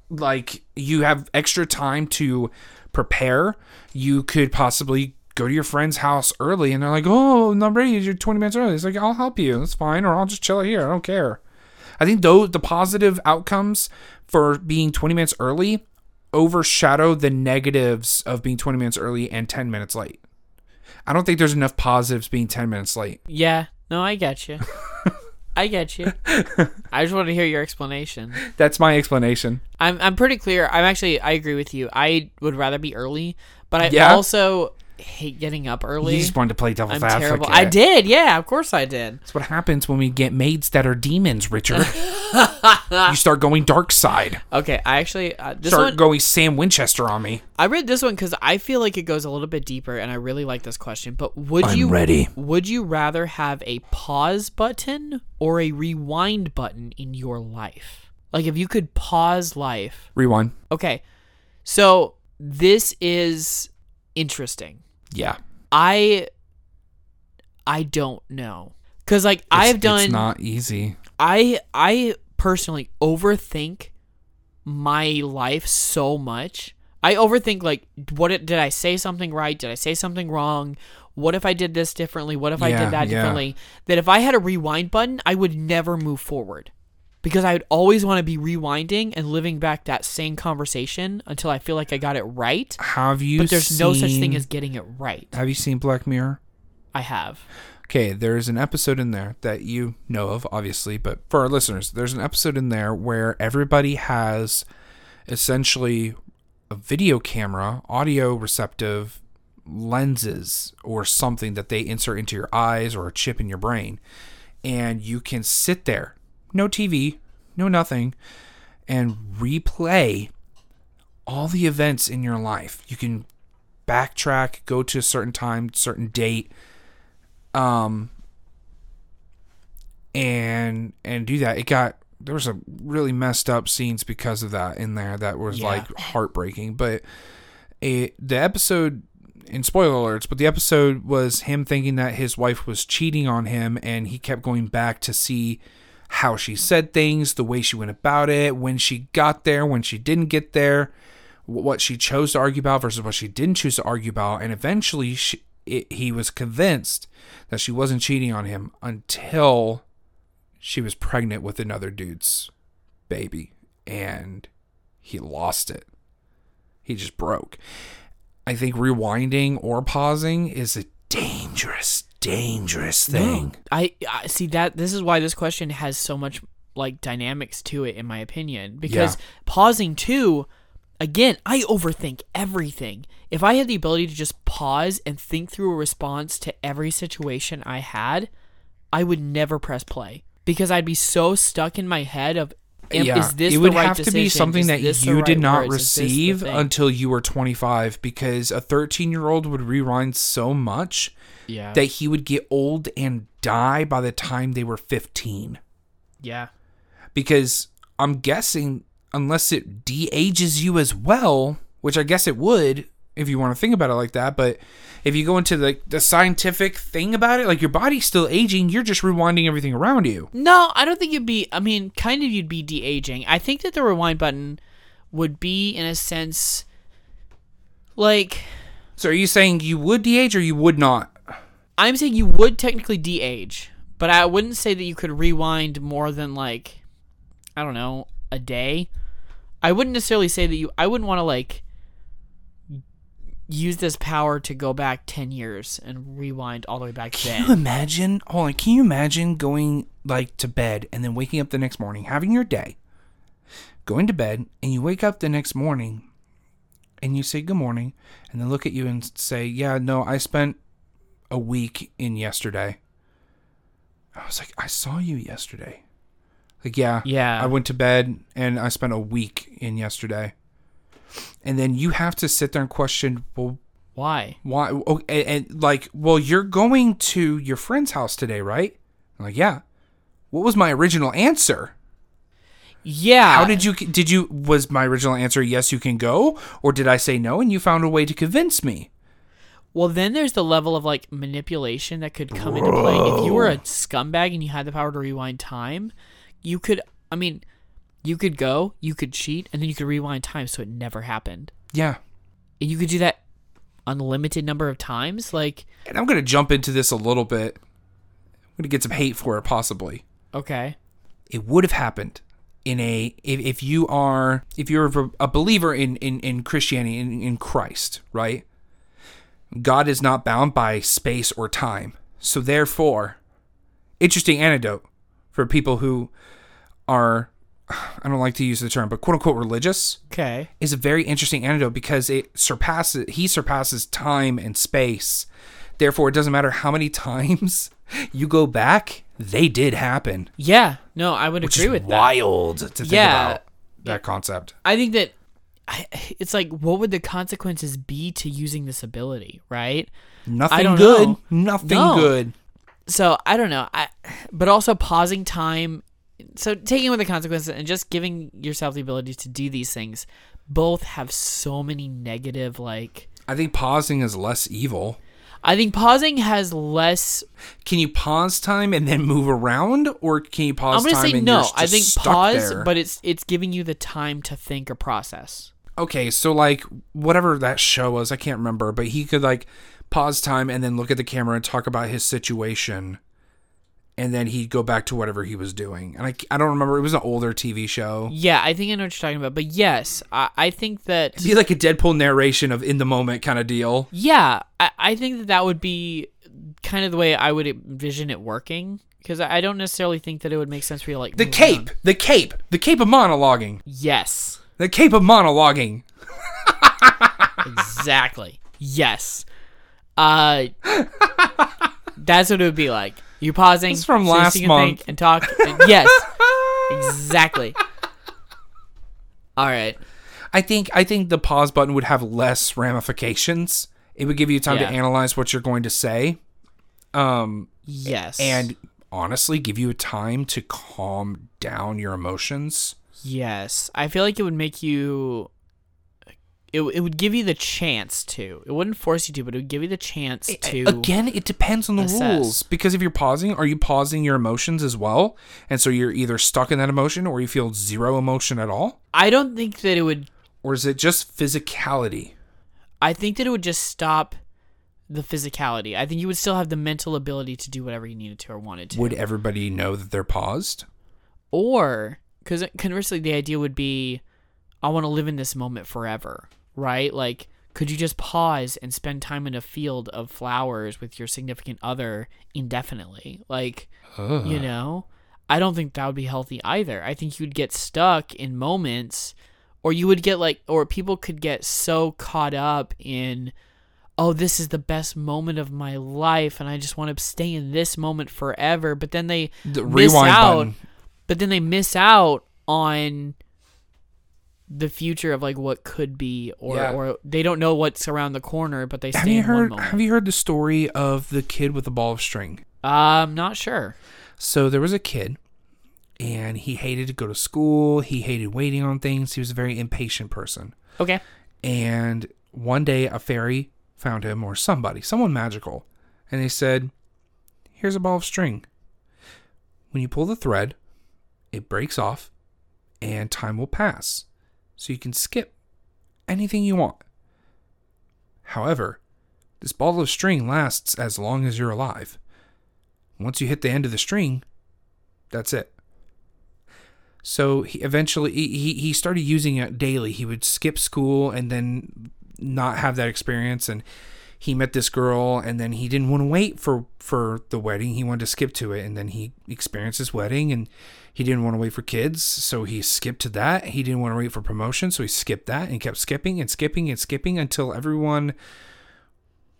[SPEAKER 1] like you have extra time to prepare. You could possibly go to your friend's house early and they're like, Oh, I'm not ready, you're twenty minutes early. It's like, I'll help you, that's fine, or I'll just chill out here. I don't care. I think though the positive outcomes for being twenty minutes early overshadow the negatives of being twenty minutes early and ten minutes late. I don't think there's enough positives being ten minutes late.
[SPEAKER 2] yeah, no, I get you. I get you. I just want to hear your explanation.
[SPEAKER 1] That's my explanation.
[SPEAKER 2] I'm I'm pretty clear. I'm actually I agree with you. I would rather be early, but I
[SPEAKER 1] Yeah?
[SPEAKER 2] also hate getting up
[SPEAKER 1] You
[SPEAKER 2] early.
[SPEAKER 1] just wanted to play devil's
[SPEAKER 2] I'm
[SPEAKER 1] advocate.
[SPEAKER 2] terrible. I did, yeah, of course I did.
[SPEAKER 1] That's what happens when we get maids that are demons, Richard. you start going dark side.
[SPEAKER 2] Okay, I actually uh, this
[SPEAKER 1] Start
[SPEAKER 2] one
[SPEAKER 1] going Sam Winchester on me.
[SPEAKER 2] I read this one because I feel like it goes a little bit deeper, and I really like this question. But would
[SPEAKER 1] I'm
[SPEAKER 2] you
[SPEAKER 1] ready.
[SPEAKER 2] Would you rather have a pause button or a rewind button in your life? Like if you could pause life
[SPEAKER 1] Rewind.
[SPEAKER 2] Okay. So this is interesting.
[SPEAKER 1] Yeah.
[SPEAKER 2] I I don't know. Cuz like I've done
[SPEAKER 1] It's not easy.
[SPEAKER 2] I I personally overthink my life so much. I overthink like what it, did I say something right? Did I say something wrong? what if I did this differently? What if I
[SPEAKER 1] Yeah,
[SPEAKER 2] did that
[SPEAKER 1] yeah.
[SPEAKER 2] differently? That if I had a rewind button, I would never move forward because I would always want to be rewinding and living back that same conversation until I feel like I got it right.
[SPEAKER 1] Have you?
[SPEAKER 2] But there's no such thing
[SPEAKER 1] seen-
[SPEAKER 2] as getting it right.
[SPEAKER 1] Have you seen Black Mirror?
[SPEAKER 2] I have.
[SPEAKER 1] Okay, there's an episode in there that you know of, obviously, but for our listeners, there's an episode in there where everybody has essentially a video camera, audio receptive lenses, or something that they insert into your eyes or a chip in your brain. And you can sit there, no TV, no nothing, and replay all the events in your life. You can backtrack, go to a certain time, certain date, um and and do that it got there was a really messed up scenes because of that in there that was
[SPEAKER 2] Yeah.
[SPEAKER 1] like heartbreaking but it the episode in spoiler alerts but the episode was him thinking that his wife was cheating on him and he kept going back to see how she said things the way she went about it when she got there when she didn't get there wh- what she chose to argue about versus what she didn't choose to argue about and eventually she, it, he was convinced that she wasn't cheating on him until she was pregnant with another dude's baby and he lost it he just broke i think rewinding or pausing is a dangerous dangerous thing
[SPEAKER 2] Hmm. I, I see that this is why this question has so much like dynamics to it in my opinion because pausing too again I overthink everything. If I had the ability to just pause and think through a response to every situation I had, I would never press play because I'd be so stuck in my head of am,
[SPEAKER 1] yeah,
[SPEAKER 2] is this
[SPEAKER 1] it
[SPEAKER 2] the
[SPEAKER 1] would
[SPEAKER 2] right
[SPEAKER 1] have to be
[SPEAKER 2] decision?
[SPEAKER 1] something
[SPEAKER 2] Is
[SPEAKER 1] that
[SPEAKER 2] this the
[SPEAKER 1] you did
[SPEAKER 2] right
[SPEAKER 1] not
[SPEAKER 2] words? Is this the
[SPEAKER 1] receive
[SPEAKER 2] thing?
[SPEAKER 1] until you were 25 because a 13 year old would rewind so much
[SPEAKER 2] yeah
[SPEAKER 1] that he would get old and die by the time they were 15
[SPEAKER 2] yeah
[SPEAKER 1] because I'm guessing unless it de-ages you as well, which I guess it would if you want to think about it like that, but if you go into the the scientific thing about it, like your body's still aging, you're just rewinding everything around you.
[SPEAKER 2] No, I don't think you'd be. I mean, kind of you'd be de aging. I think that the rewind button would be, in a sense, like
[SPEAKER 1] So are you saying you would de-age or you would not?
[SPEAKER 2] I'm saying you would technically de age, but I wouldn't say that you could rewind more than like, I don't know, a day. I wouldn't necessarily say that you. I wouldn't want to like use this power to go back 10 years and rewind all the way back
[SPEAKER 1] Can
[SPEAKER 2] then.
[SPEAKER 1] you imagine? Hold on. Can you imagine going like to bed and then waking up the next morning, having your day, going to bed, and you wake up the next morning, and you say good morning, and they look at you and say, "Yeah, no, I spent a week in yesterday." I was like, "I saw you yesterday." Like, yeah,
[SPEAKER 2] Yeah.
[SPEAKER 1] I went to bed and I spent a week in yesterday, and then you have to sit there and question, well,
[SPEAKER 2] Why?
[SPEAKER 1] why? Oh, and, and like, well, you're going to your friend's house today, right? I'm like, yeah. What was my original answer?
[SPEAKER 2] Yeah.
[SPEAKER 1] How did you did you was my original answer yes you can go or did I say no and you found a way to convince me?
[SPEAKER 2] Well, then there's the level of like manipulation that could come into play. If you were a scumbag and you had the power to rewind time, you could, I mean, you could go, you could cheat, and then you could rewind time so it never happened.
[SPEAKER 1] Yeah.
[SPEAKER 2] And you could do that unlimited number of times. Like,
[SPEAKER 1] And I'm going to jump into this a little bit. I'm going to get some hate for it possibly.
[SPEAKER 2] okay.
[SPEAKER 1] it would have happened in a if, if you are if you're a believer in in, in christianity in, in christ right god is not bound by space or time so therefore interesting antidote for people who are i don't like to use the term but quote unquote religious
[SPEAKER 2] Okay.
[SPEAKER 1] is a very interesting antidote because it surpasses he surpasses time and space therefore it doesn't matter how many times you go back they did happen
[SPEAKER 2] Yeah. No, I would
[SPEAKER 1] which
[SPEAKER 2] agree
[SPEAKER 1] is
[SPEAKER 2] with that.
[SPEAKER 1] wild to think
[SPEAKER 2] Yeah.
[SPEAKER 1] about that concept.
[SPEAKER 2] I think that I, it's like, what would the consequences be to using this ability, right?
[SPEAKER 1] Nothing
[SPEAKER 2] don't
[SPEAKER 1] good.
[SPEAKER 2] know.
[SPEAKER 1] Nothing
[SPEAKER 2] No.
[SPEAKER 1] good.
[SPEAKER 2] so I don't know. I but also pausing time so taking with the consequences and just giving yourself the ability to do these things both have so many negative like
[SPEAKER 1] I think pausing is less evil.
[SPEAKER 2] I think pausing has less
[SPEAKER 1] Can you pause time and then move around, or can you pause?
[SPEAKER 2] I'm going to
[SPEAKER 1] time
[SPEAKER 2] say
[SPEAKER 1] and
[SPEAKER 2] no.
[SPEAKER 1] you're just
[SPEAKER 2] I think
[SPEAKER 1] stuck
[SPEAKER 2] pause
[SPEAKER 1] there?
[SPEAKER 2] but it's it's giving you the time to think or process.
[SPEAKER 1] okay, so like whatever that show was, I can't remember, but he could like pause time and then look at the camera and talk about his situation and then he'd go back to whatever he was doing and i, I don't remember it was an older tv show
[SPEAKER 2] Yeah, I think I know what you're talking about. But yes, I, I think that.
[SPEAKER 1] it'd be like a deadpool narration of in the moment kind of deal
[SPEAKER 2] Yeah, I, I think that that would be kind of the way I would envision it working. Because I I don't necessarily think that it would make sense for you, to, like
[SPEAKER 1] the
[SPEAKER 2] move
[SPEAKER 1] cape
[SPEAKER 2] on.
[SPEAKER 1] the cape the cape of monologuing
[SPEAKER 2] Yes,
[SPEAKER 1] the cape of monologuing
[SPEAKER 2] exactly. yes, uh, that's what it would be like. You pausing.
[SPEAKER 1] It's from
[SPEAKER 2] so you
[SPEAKER 1] last
[SPEAKER 2] can think
[SPEAKER 1] month.
[SPEAKER 2] and talk. and- yes, exactly. All right.
[SPEAKER 1] i think i think the pause button would have less ramifications it would give you time
[SPEAKER 2] Yeah.
[SPEAKER 1] to analyze what you're going to say um,
[SPEAKER 2] Yes.
[SPEAKER 1] and honestly give you time to calm down your emotions
[SPEAKER 2] Yes, I feel like it would make you. It, it would give you the chance to. It wouldn't force you to, but it would give you the chance to.
[SPEAKER 1] again it depends on the
[SPEAKER 2] assess.
[SPEAKER 1] rules because if you're pausing are you pausing your emotions as well and so you're either stuck in that emotion or you feel zero emotion at all
[SPEAKER 2] I don't think that it would.
[SPEAKER 1] or is it just physicality
[SPEAKER 2] I think that it would just stop the physicality. I think you would still have the mental ability to do whatever you needed to or wanted to.
[SPEAKER 1] would everybody know that they're paused
[SPEAKER 2] or because conversely, the idea would be, I want to live in this moment forever, right? Like, could you just pause and spend time in a field of flowers with your significant other indefinitely? Like. you know i don't think that would be healthy either i think you'd get stuck in moments or you would get like or people could get so caught up in oh this is the best moment of my life and i just want to stay in this moment forever but then they
[SPEAKER 1] the
[SPEAKER 2] miss
[SPEAKER 1] rewind
[SPEAKER 2] out
[SPEAKER 1] button
[SPEAKER 2] but then they miss out on the future of like what could be or
[SPEAKER 1] Yeah.
[SPEAKER 2] or they don't know what's around the corner but they stay
[SPEAKER 1] have you
[SPEAKER 2] in one
[SPEAKER 1] heard
[SPEAKER 2] moment
[SPEAKER 1] have you heard the story of the kid with the ball of string
[SPEAKER 2] i'm Um, not sure
[SPEAKER 1] So there was a kid, and he hated to go to school. He hated waiting on things. He was a very impatient person.
[SPEAKER 2] okay
[SPEAKER 1] And one day, a fairy found him, or somebody, someone magical, and they said, Here's a ball of string. When you pull the thread, it breaks off, and time will pass. So you can skip anything you want. However, this ball of string lasts as long as you're alive. Once you hit the end of the string, that's it. So he eventually he, he- he started using it daily. He would skip school and then not have that experience and he met this girl and then he didn't want to wait for for the wedding. He wanted to skip to it and then he experienced his wedding and he didn't want to wait for kids, so he skipped to that. He didn't want to wait for promotion, so he skipped that and kept skipping and skipping and skipping until everyone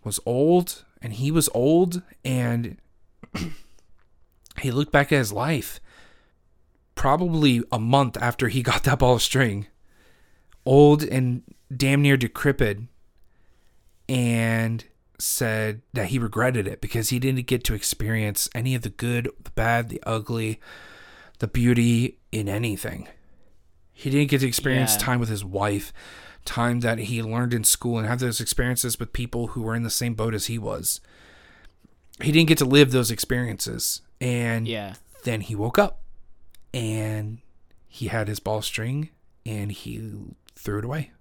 [SPEAKER 1] was old and he was old and he looked back at his life probably a month after he got that ball of string, old and damn near decrepit, and said that he regretted it because he didn't get to experience any of the good, the bad, the ugly, the beauty in anything. He didn't get to experience
[SPEAKER 2] Yeah.
[SPEAKER 1] time with his wife, time that he learned in school and have those experiences with people who were in the same boat as he was. He didn't get to live those experiences. And
[SPEAKER 2] yeah
[SPEAKER 1] then he woke up and he had his ball string and he threw it away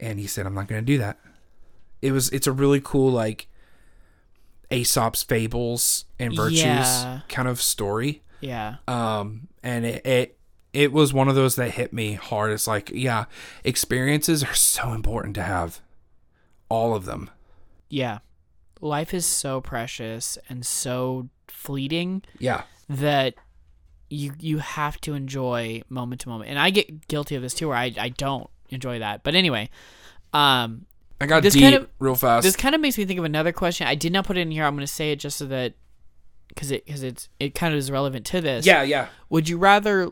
[SPEAKER 1] and he said i'm not going to do that it was it's a really cool like aesop's fables and virtues
[SPEAKER 2] Yeah.
[SPEAKER 1] kind of story
[SPEAKER 2] yeah
[SPEAKER 1] um and it, it it was one of those that hit me hard it's like yeah experiences are so important to have all of them
[SPEAKER 2] Yeah. Life is so precious and so fleeting
[SPEAKER 1] yeah
[SPEAKER 2] that you you have to enjoy moment to moment. And I get guilty of this too where I, I don't enjoy that. But anyway, um
[SPEAKER 1] i got
[SPEAKER 2] This
[SPEAKER 1] deep
[SPEAKER 2] kind of-
[SPEAKER 1] real fast
[SPEAKER 2] this kind of makes me think of another question. I did not put it in here. I'm going to say it just so that cuz it cuz it's it kind of is relevant to this.
[SPEAKER 1] yeah yeah
[SPEAKER 2] Would you rather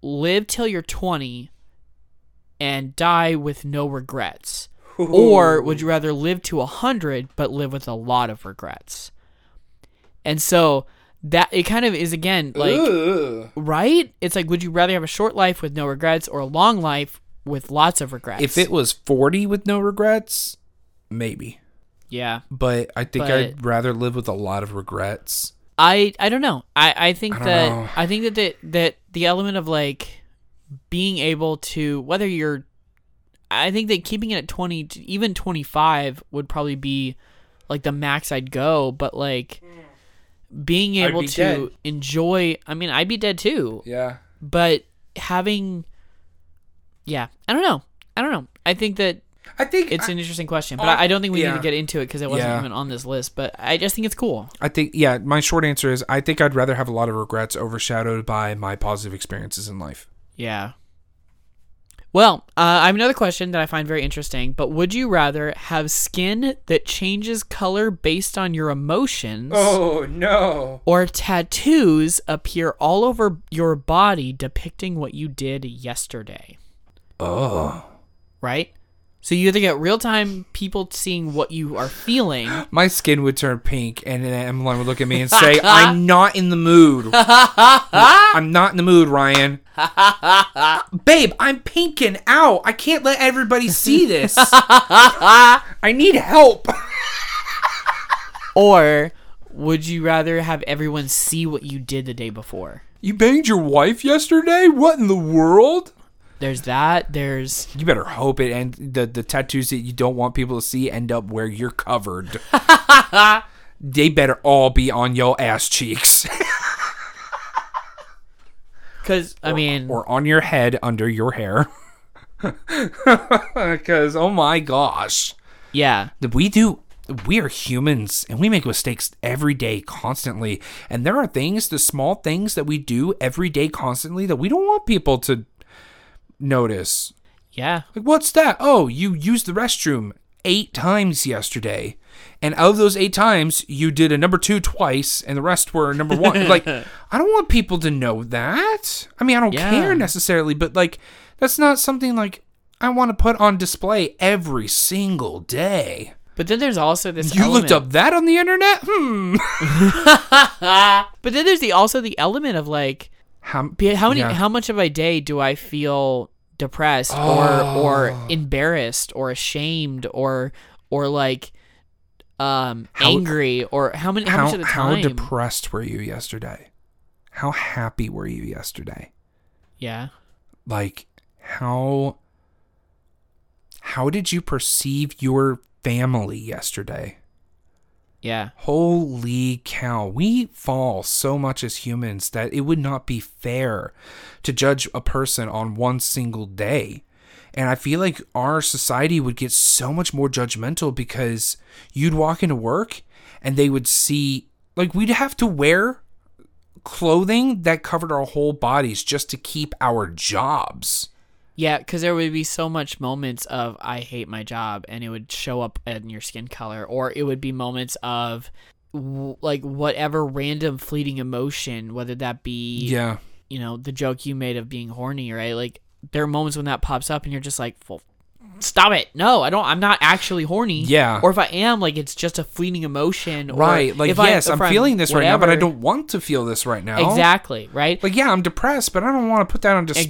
[SPEAKER 2] live till you're 20 and die with no regrets? Or would you rather live to 100 but live with a lot of regrets? And so that it kind of is again like
[SPEAKER 1] Ooh.
[SPEAKER 2] right? It's like would you rather have a short life with no regrets or a long life with lots of regrets?
[SPEAKER 1] If it was 40 with no regrets, maybe.
[SPEAKER 2] Yeah.
[SPEAKER 1] But I think
[SPEAKER 2] But-
[SPEAKER 1] I'd rather live with a lot of regrets.
[SPEAKER 2] I I don't know. I I think
[SPEAKER 1] I don't
[SPEAKER 2] that
[SPEAKER 1] know.
[SPEAKER 2] I think that the, that the element of like being able to whether you're I think that keeping it at 20, to- even 25 would probably be like the max I'd go, but like being
[SPEAKER 1] I'd
[SPEAKER 2] able
[SPEAKER 1] be
[SPEAKER 2] to
[SPEAKER 1] dead.
[SPEAKER 2] enjoy, I mean, I'd be dead too,
[SPEAKER 1] Yeah.
[SPEAKER 2] but having, yeah, I don't know. I don't know. I think that
[SPEAKER 1] I think
[SPEAKER 2] it's
[SPEAKER 1] I,
[SPEAKER 2] an interesting question, but I I don't think we
[SPEAKER 1] Yeah.
[SPEAKER 2] need to get into it because it wasn't
[SPEAKER 1] Yeah.
[SPEAKER 2] even on this list, but I just think it's cool.
[SPEAKER 1] I think yeah, my short answer is I think I'd rather have a lot of regrets overshadowed by my positive experiences in life.
[SPEAKER 2] Yeah. Well, uh, I have another question that I find very interesting. But would you rather have skin that changes color based on your emotions,
[SPEAKER 1] Oh no.
[SPEAKER 2] or tattoos appear all over your body depicting what you did yesterday?
[SPEAKER 1] Oh.
[SPEAKER 2] Right. So you either get real time people seeing what you are feeling,
[SPEAKER 1] My skin would turn pink and then Emmeline would look at me and say, I'm not in the mood. I'm not in the mood, Ryan. Babe, I'm pinking out. I can't let everybody see this. I need help.
[SPEAKER 2] or would you rather have everyone see what you did the day before?
[SPEAKER 1] You banged your wife yesterday? What in the world?
[SPEAKER 2] There's that. There's
[SPEAKER 1] You better hope it and the the tattoos that you don't want people to see end up where you're covered. they better all be on your ass cheeks
[SPEAKER 2] because I mean
[SPEAKER 1] or on your head under your hair. Cuz oh my gosh.
[SPEAKER 2] yeah.
[SPEAKER 1] we do we are humans and we make mistakes every day constantly and there are things the small things that we do every day constantly that we don't want people to notice
[SPEAKER 2] Yeah.
[SPEAKER 1] like what's that oh you used the restroom eight times yesterday and out of those eight times you did a number two twice and the rest were number one like i don't want people to know that i mean i don't
[SPEAKER 2] Yeah.
[SPEAKER 1] care necessarily but like that's not something like i want to put on display every single day
[SPEAKER 2] But then there's also this.
[SPEAKER 1] you looked
[SPEAKER 2] element-
[SPEAKER 1] up that on the internet? Hmm.
[SPEAKER 2] But then there's the also the element of like,
[SPEAKER 1] How,
[SPEAKER 2] be- how many,
[SPEAKER 1] Yeah.
[SPEAKER 2] how much of my day do I feel depressed or
[SPEAKER 1] Oh.
[SPEAKER 2] or embarrassed or ashamed or or like, um,
[SPEAKER 1] How-
[SPEAKER 2] angry or how many how,
[SPEAKER 1] how,
[SPEAKER 2] much of the
[SPEAKER 1] how
[SPEAKER 2] time?
[SPEAKER 1] depressed were you yesterday? How happy were you yesterday?
[SPEAKER 2] yeah.
[SPEAKER 1] Like how how did you perceive your family yesterday?
[SPEAKER 2] Yeah.
[SPEAKER 1] Holy cow. We fall so much as humans that it would not be fair to judge a person on one single day. And I feel like our society would get so much more judgmental because you'd walk into work and they would see, like, we'd have to wear clothing that covered our whole bodies just to keep our jobs.
[SPEAKER 2] Yeah, because there would be so much moments of I hate my job, and it would show up in your skin color, or it would be moments of w- like whatever random fleeting emotion, whether that be
[SPEAKER 1] Yeah.
[SPEAKER 2] you know the joke you made of being horny, right? Like there are moments when that pops up, and you're just like, well, stop it! No, I don't. I'm not actually horny.
[SPEAKER 1] Yeah.
[SPEAKER 2] Or if I am, like it's just a fleeting emotion. or
[SPEAKER 1] Right. Like,
[SPEAKER 2] if I-
[SPEAKER 1] yes,
[SPEAKER 2] if
[SPEAKER 1] I'm feeling this right now, but I
[SPEAKER 2] whatever.
[SPEAKER 1] don't want to feel this right now.
[SPEAKER 2] Exactly. Right.
[SPEAKER 1] Like, yeah, I'm depressed, but I don't want to put that on display.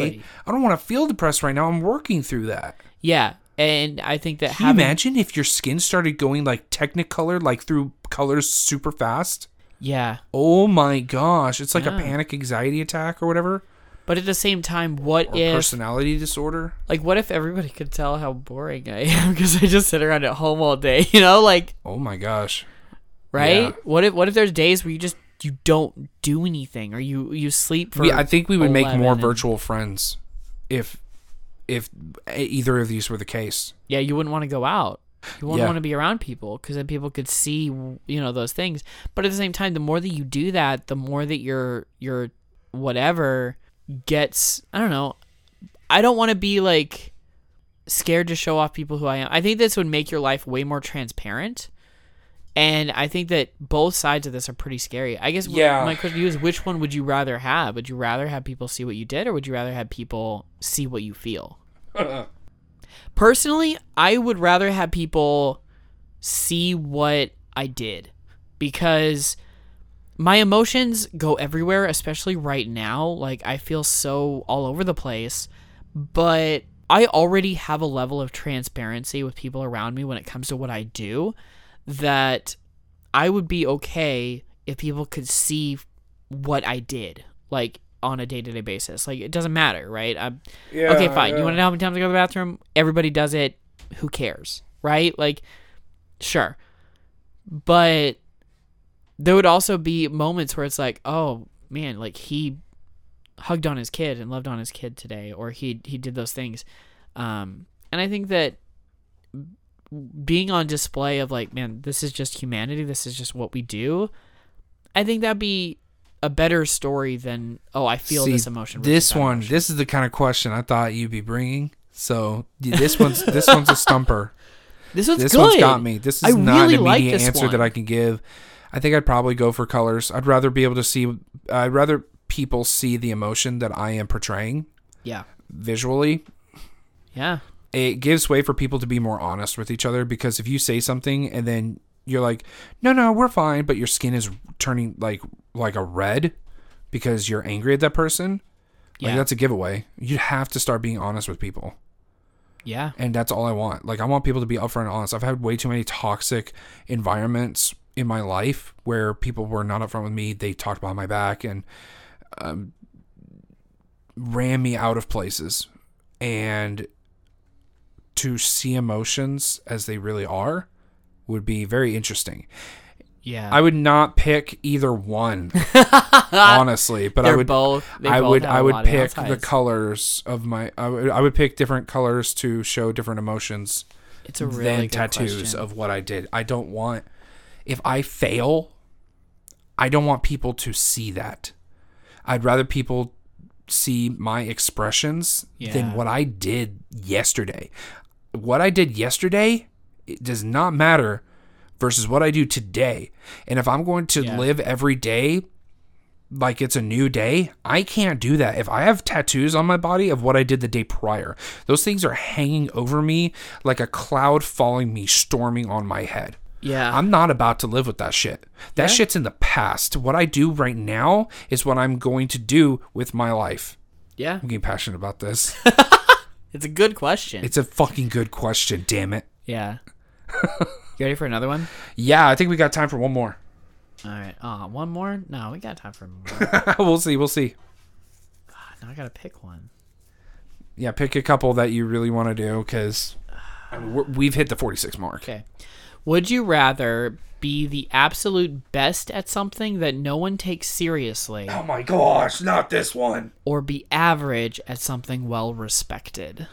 [SPEAKER 2] Exactly.
[SPEAKER 1] I don't want to feel depressed right now. I'm working through that.
[SPEAKER 2] yeah. And I think that
[SPEAKER 1] Can you
[SPEAKER 2] having
[SPEAKER 1] imagine if your skin started going like technicolor, like through colors super fast?
[SPEAKER 2] yeah.
[SPEAKER 1] Oh my gosh. It's like
[SPEAKER 2] Yeah.
[SPEAKER 1] a panic anxiety attack or whatever,
[SPEAKER 2] But at the same time, what
[SPEAKER 1] or
[SPEAKER 2] if
[SPEAKER 1] personality disorder.
[SPEAKER 2] Like, what if everybody could tell how boring I am because I just sit around at home all day? You know, like,
[SPEAKER 1] Oh my gosh.
[SPEAKER 2] right?
[SPEAKER 1] Yeah.
[SPEAKER 2] What if What if there's days where you just you don't do anything or you you sleep for?
[SPEAKER 1] We, I think we would make
[SPEAKER 2] 11
[SPEAKER 1] more
[SPEAKER 2] and-
[SPEAKER 1] virtual friends if if eh, either of these were the case.
[SPEAKER 2] Yeah, you wouldn't want to go out. You wouldn't
[SPEAKER 1] Yeah.
[SPEAKER 2] want to be around people because then people could see you know those things. But at the same time, the more that you do that, the more that your your whatever gets. I don't know. I don't want to be like scared to show off people who I am. I think this would make your life way more transparent. And I think that both sides of this are pretty scary. I guess wh-
[SPEAKER 1] Yeah.
[SPEAKER 2] my question to you is which one would you rather have? Would you rather have people see what you did or would you rather have people see what you feel? Personally, I would rather have people see what I did because my emotions go everywhere, especially right now. Like, I feel so all over the place, but I already have a level of transparency with people around me when it comes to what I do that I would be okay if people could see what I did. Like, on a day to day basis. Like it doesn't matter, right? i
[SPEAKER 3] Yeah.
[SPEAKER 2] okay, fine.
[SPEAKER 3] yeah.
[SPEAKER 2] You want to know how many times I go to the bathroom? Everybody does it. Who cares, right? Like, sure, but there would also be moments where it's like, oh man, like he hugged on his kid and loved on his kid today, or he he did those things, um, and I think that being on display of like, man, this is just humanity. This is just what we do. I think that'd be a better story than oh, I feel
[SPEAKER 1] See,
[SPEAKER 2] this emotion. versus
[SPEAKER 1] This
[SPEAKER 2] that
[SPEAKER 1] one,
[SPEAKER 2] emotion.
[SPEAKER 1] this is the kind of question I thought you'd be bringing. So y- this one's this one's a stumper.
[SPEAKER 2] This one's
[SPEAKER 1] this
[SPEAKER 2] good.
[SPEAKER 1] one's got me. This is
[SPEAKER 2] I
[SPEAKER 1] not
[SPEAKER 2] really
[SPEAKER 1] an
[SPEAKER 2] like
[SPEAKER 1] immediate
[SPEAKER 2] this
[SPEAKER 1] answer that
[SPEAKER 2] one.
[SPEAKER 1] I can give. I think I'd probably go for colors. I'd rather be able to see. I'd rather people see the emotion that I am portraying
[SPEAKER 2] Yeah.
[SPEAKER 1] visually.
[SPEAKER 2] Yeah.
[SPEAKER 1] It gives way for people to be more honest with each other because if you say something and then you're like, "No, no, we're fine," but your skin is turning like like a red because you're angry at that person. Like
[SPEAKER 2] Yeah.
[SPEAKER 1] that's a giveaway. You have to start being honest with people.
[SPEAKER 2] yeah.
[SPEAKER 1] And that's all I want. Like I want people to be upfront and honest. I've had way too many toxic environments in my life where people were not upfront with me. They talked behind my back and um, ran me out of places. And to see emotions as they really are would be very interesting.
[SPEAKER 2] Yeah.
[SPEAKER 1] I would not pick either one, honestly. But I
[SPEAKER 2] They're
[SPEAKER 1] would
[SPEAKER 2] both. They
[SPEAKER 1] I
[SPEAKER 2] both
[SPEAKER 1] would
[SPEAKER 2] have
[SPEAKER 1] I
[SPEAKER 2] a
[SPEAKER 1] would
[SPEAKER 2] lot of
[SPEAKER 1] pick the
[SPEAKER 2] downsides.
[SPEAKER 1] colors of my I would, I would pick different colors to show different emotions
[SPEAKER 2] It's a really
[SPEAKER 1] than
[SPEAKER 2] good
[SPEAKER 1] tattoos
[SPEAKER 2] question.
[SPEAKER 1] of what I did. I don't want if I fail, I don't want people to see that. I'd rather people see my expressions
[SPEAKER 2] Yeah.
[SPEAKER 1] than what I did yesterday. What I did yesterday it does not matter versus what I do today. And if I'm going to
[SPEAKER 2] Yeah.
[SPEAKER 1] live every day like it's a new day, I can't do that. If I have tattoos on my body of what I did the day prior, those things are hanging over me like a cloud following me, storming on my head.
[SPEAKER 2] Yeah.
[SPEAKER 1] I'm not about to live with that shit. That shit's in the past. What I do right now is what I'm going to do with my life.
[SPEAKER 2] yeah.
[SPEAKER 1] I'm getting passionate about this.
[SPEAKER 2] It's a good question.
[SPEAKER 1] it's a fucking good question, damn it.
[SPEAKER 2] yeah. you ready for another one?
[SPEAKER 1] Yeah, I think we got time for one more.
[SPEAKER 2] All right. Uh, one more? No, we got time for more.
[SPEAKER 1] we'll see. We'll see.
[SPEAKER 2] now I gotta pick one.
[SPEAKER 1] Yeah, pick a couple that you really want to do because we've hit the 46 mark.
[SPEAKER 2] Okay. Would you rather be the absolute best at something that no one takes seriously,
[SPEAKER 3] Oh my gosh, not this one.
[SPEAKER 2] or be average at something well respected?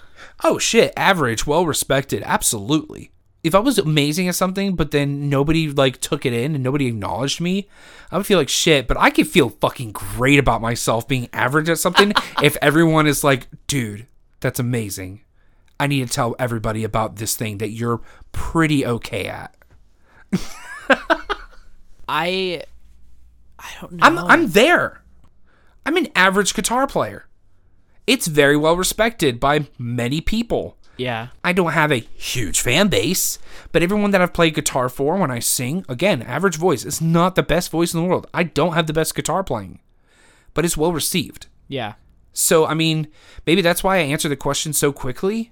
[SPEAKER 1] Oh shit, average, well respected, absolutely. If I was amazing at something, but then nobody like took it in and nobody acknowledged me, I would feel like shit. But I could feel fucking great about myself being average at something if everyone is like, dude, that's amazing. I need to tell everybody about this thing that you're pretty okay at.
[SPEAKER 2] I. I don't know.
[SPEAKER 1] I'm I'm there. I'm an average guitar player. It's very well respected by many people.
[SPEAKER 2] yeah.
[SPEAKER 1] I don't have a huge fan base, but everyone that I've played guitar for when I sing, again, average voice, it's not the best voice in the world. I don't have the best guitar playing, but it's well received.
[SPEAKER 2] Yeah.
[SPEAKER 1] So, I mean, maybe that's why I answer the question so quickly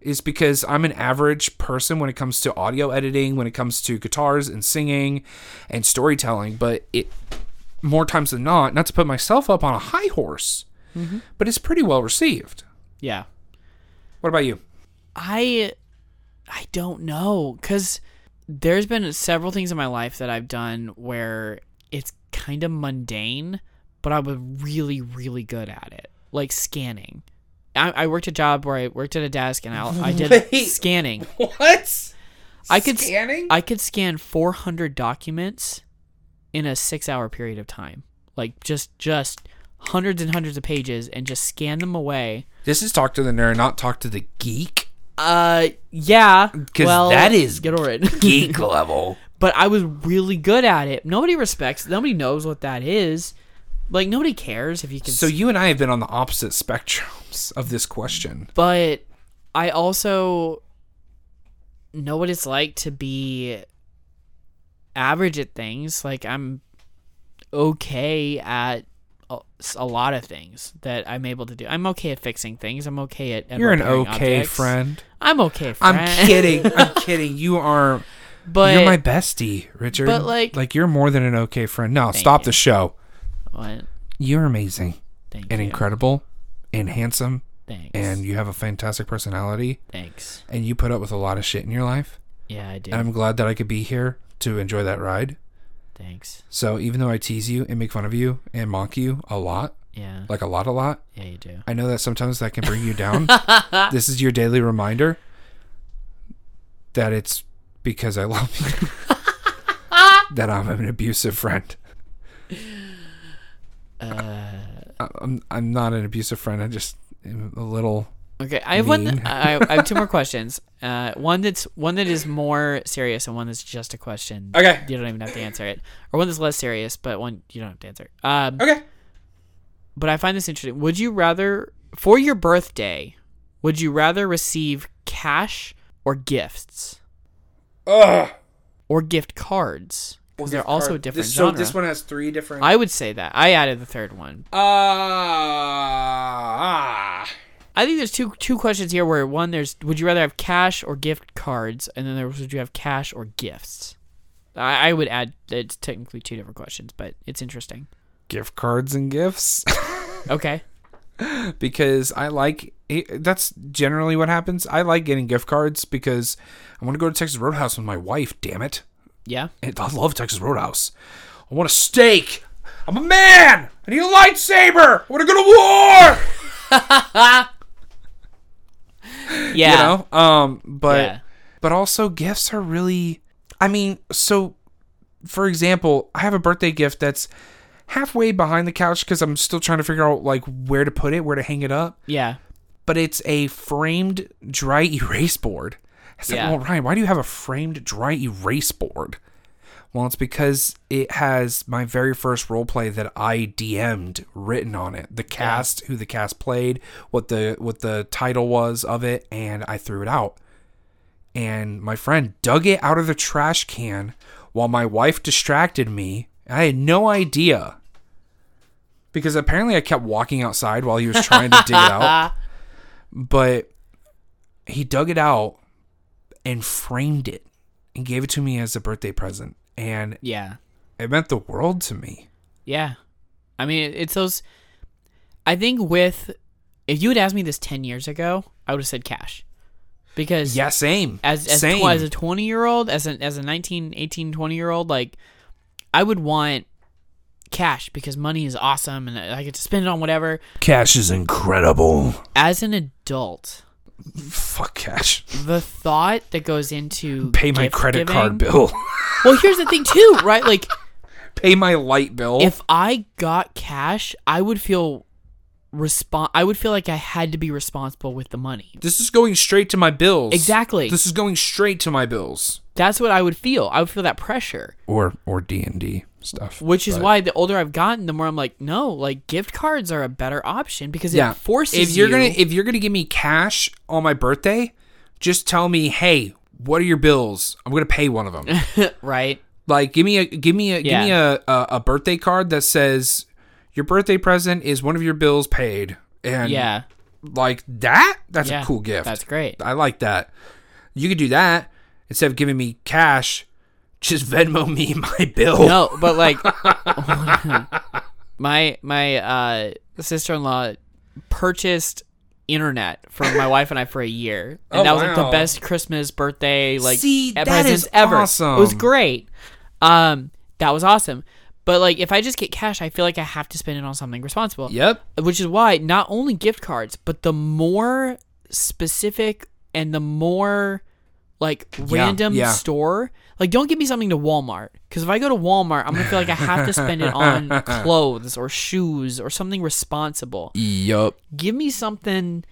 [SPEAKER 1] is because I'm an average person when it comes to audio editing, when it comes to guitars and singing and storytelling, but it more times than not, not to put myself up on a high horse, but it's pretty well received.
[SPEAKER 2] Yeah.
[SPEAKER 1] What about you?
[SPEAKER 2] I I don't know cuz there's been several things in my life that I've done where it's kind of mundane, but I was really really good at it. Like scanning. I, I worked a job where I worked at a desk and I, I did
[SPEAKER 3] Wait.
[SPEAKER 2] scanning.
[SPEAKER 3] What?
[SPEAKER 2] I could s-
[SPEAKER 3] scanning.
[SPEAKER 2] I could scan 400 documents in a 6-hour period of time. Like just just hundreds and hundreds of pages and just scan them away.
[SPEAKER 1] This is talk to the nerd, not talk to the geek.
[SPEAKER 2] Uh yeah,
[SPEAKER 1] 'Cause
[SPEAKER 2] well,
[SPEAKER 1] that is
[SPEAKER 2] get over it.
[SPEAKER 1] Geek level.
[SPEAKER 2] but I was really good at it. Nobody respects. Nobody knows what that is. Like nobody cares if you can.
[SPEAKER 1] So
[SPEAKER 2] s-
[SPEAKER 1] you and I have been on the opposite spectrums of this question.
[SPEAKER 2] but I also know what it's like to be average at things. Like I'm okay at a a lot of things that I'm able to do. I'm okay at fixing things. I'm okay at. at
[SPEAKER 1] You're an
[SPEAKER 2] repairing
[SPEAKER 1] okay
[SPEAKER 2] objects.
[SPEAKER 1] friend.
[SPEAKER 2] I'm okay.
[SPEAKER 1] I'm
[SPEAKER 2] Friend.
[SPEAKER 1] kidding. I'm kidding. You are
[SPEAKER 2] But
[SPEAKER 1] you're my bestie, Richard.
[SPEAKER 2] but, like-
[SPEAKER 1] like you're more than an okay friend. No, stop
[SPEAKER 2] you.
[SPEAKER 1] the show.
[SPEAKER 2] What?
[SPEAKER 1] You're amazing.
[SPEAKER 2] Thank
[SPEAKER 1] and
[SPEAKER 2] you.
[SPEAKER 1] incredible and handsome
[SPEAKER 2] Thanks.
[SPEAKER 1] and you have a fantastic personality
[SPEAKER 2] Thanks.
[SPEAKER 1] and you put up with a lot of shit in your life.
[SPEAKER 2] Yeah, I did.
[SPEAKER 1] And I'm glad that I could be here to enjoy that ride.
[SPEAKER 2] Thanks.
[SPEAKER 1] So even though I tease you and make fun of you and mock you a lot,
[SPEAKER 2] Yeah.
[SPEAKER 1] like a lot, a lot,
[SPEAKER 2] Yeah, you do.
[SPEAKER 1] I know that sometimes that can bring you down. this is your daily reminder that it's because I love you that I'm an abusive friend.
[SPEAKER 2] Uh,
[SPEAKER 1] I- I'm I'm not an abusive friend. I just am a little.
[SPEAKER 2] Okay, I have one.
[SPEAKER 1] Mean.
[SPEAKER 2] I, I have two more questions. Uh, one that's one that is more serious, and one that's just a question.
[SPEAKER 3] Okay.
[SPEAKER 2] You don't even have to answer it, or one that's less serious, but one you don't have to answer. Um,
[SPEAKER 3] Okay.
[SPEAKER 2] but I find this interesting. Would you rather, for your birthday, would you rather receive cash or gifts
[SPEAKER 3] Ugh.
[SPEAKER 2] or gift cards? Because they're also a different
[SPEAKER 3] this,
[SPEAKER 2] genre.
[SPEAKER 3] So this one has three different.
[SPEAKER 2] I would say that. I added the third one.
[SPEAKER 3] Ah. ah.
[SPEAKER 2] I think there's two two questions here. Where one, there's would you rather have cash or gift cards, and then there was would you have cash or gifts? I, I would add it's technically two different questions, but it's interesting.
[SPEAKER 1] gift cards and gifts
[SPEAKER 2] Okay.
[SPEAKER 1] because I like it, that's generally what happens. I like getting gift cards because I want to go to Texas Roadhouse with my wife. Damn it,
[SPEAKER 2] Yeah.
[SPEAKER 1] And I love Texas Roadhouse. I want a steak. I'm a man. I need a lightsaber. I want to go to war.
[SPEAKER 2] Yeah.
[SPEAKER 1] You know, um, but
[SPEAKER 2] Yeah.
[SPEAKER 1] but also gifts are really. I mean, so for example, I have a birthday gift that's halfway behind the couch because I'm still trying to figure out like where to put it, where to hang it up.
[SPEAKER 2] Yeah.
[SPEAKER 1] but it's a framed dry erase board. I said,
[SPEAKER 2] Yeah.
[SPEAKER 1] well, Ryan, why do you have a framed dry erase board? Well, it's because it has my very first role play that I DM'd written on it. The cast, who the cast played, what the what the title was of it, and I threw it out. And my friend dug it out of the trash can while my wife distracted me. I had no idea. Because apparently I kept walking outside while he was trying to dig it out. But he dug it out and framed it and gave it to me as a birthday present. And
[SPEAKER 2] Yeah.
[SPEAKER 1] it meant the world to me.
[SPEAKER 2] Yeah. I mean, it's those. I think with if you had asked me this ten years ago, I would have said cash, because
[SPEAKER 1] Yeah, same.
[SPEAKER 2] as as,
[SPEAKER 1] same.
[SPEAKER 2] tw- as a 20 year old as an as a 19 18 20 year old like i would want cash because money is awesome and i get to spend it on whatever
[SPEAKER 1] cash is incredible.
[SPEAKER 2] as an adult
[SPEAKER 1] Fuck cash.
[SPEAKER 2] the thought that goes into
[SPEAKER 1] Pay my
[SPEAKER 2] gift
[SPEAKER 1] credit
[SPEAKER 2] giving-
[SPEAKER 1] card bill.
[SPEAKER 2] well here's the thing too right like
[SPEAKER 1] Pay my light bill.
[SPEAKER 2] if i got cash i would feel respon i would feel like i had to be responsible with the money
[SPEAKER 1] this is going straight to my bills.
[SPEAKER 2] Exactly.
[SPEAKER 1] This is going straight to my bills.
[SPEAKER 2] that's what i would feel i would feel that pressure
[SPEAKER 1] Or or D and D stuff.
[SPEAKER 2] Which is
[SPEAKER 1] But-
[SPEAKER 2] why the older I've gotten, the more I'm like, no, like gift cards are a better option because
[SPEAKER 1] yeah.
[SPEAKER 2] it forces
[SPEAKER 1] if you're
[SPEAKER 2] you-
[SPEAKER 1] gonna if you're gonna give me cash on my birthday, just tell me, hey, what are your bills? I'm gonna pay one of them.
[SPEAKER 2] right.
[SPEAKER 1] Like, give me a give me a give me
[SPEAKER 2] Yeah.
[SPEAKER 1] a, a a birthday card that says your birthday present is one of your bills paid, and
[SPEAKER 2] Yeah,
[SPEAKER 1] like that. That's
[SPEAKER 2] yeah.
[SPEAKER 1] a cool gift.
[SPEAKER 2] That's great.
[SPEAKER 1] I like that. You could do that instead of giving me cash. Just Venmo me my bill.
[SPEAKER 2] No, but like my my uh, sister in law purchased internet for my wife and I for a year, and
[SPEAKER 1] Oh,
[SPEAKER 2] that was like the
[SPEAKER 1] wow.
[SPEAKER 2] best Christmas birthday like
[SPEAKER 1] See,
[SPEAKER 2] e-
[SPEAKER 1] that
[SPEAKER 2] presents
[SPEAKER 1] is
[SPEAKER 2] ever. It was
[SPEAKER 1] awesome.
[SPEAKER 2] great. Um, that was awesome. But like, if I just get cash, I feel like I have to spend it on something responsible.
[SPEAKER 1] Yep.
[SPEAKER 2] which is why not only gift cards but the more specific and the more like random
[SPEAKER 1] yeah.
[SPEAKER 2] store like don't give me something to walmart because if i go to walmart i'm gonna feel like i have to spend it on clothes or shoes or something responsible
[SPEAKER 1] Yup.
[SPEAKER 2] give me something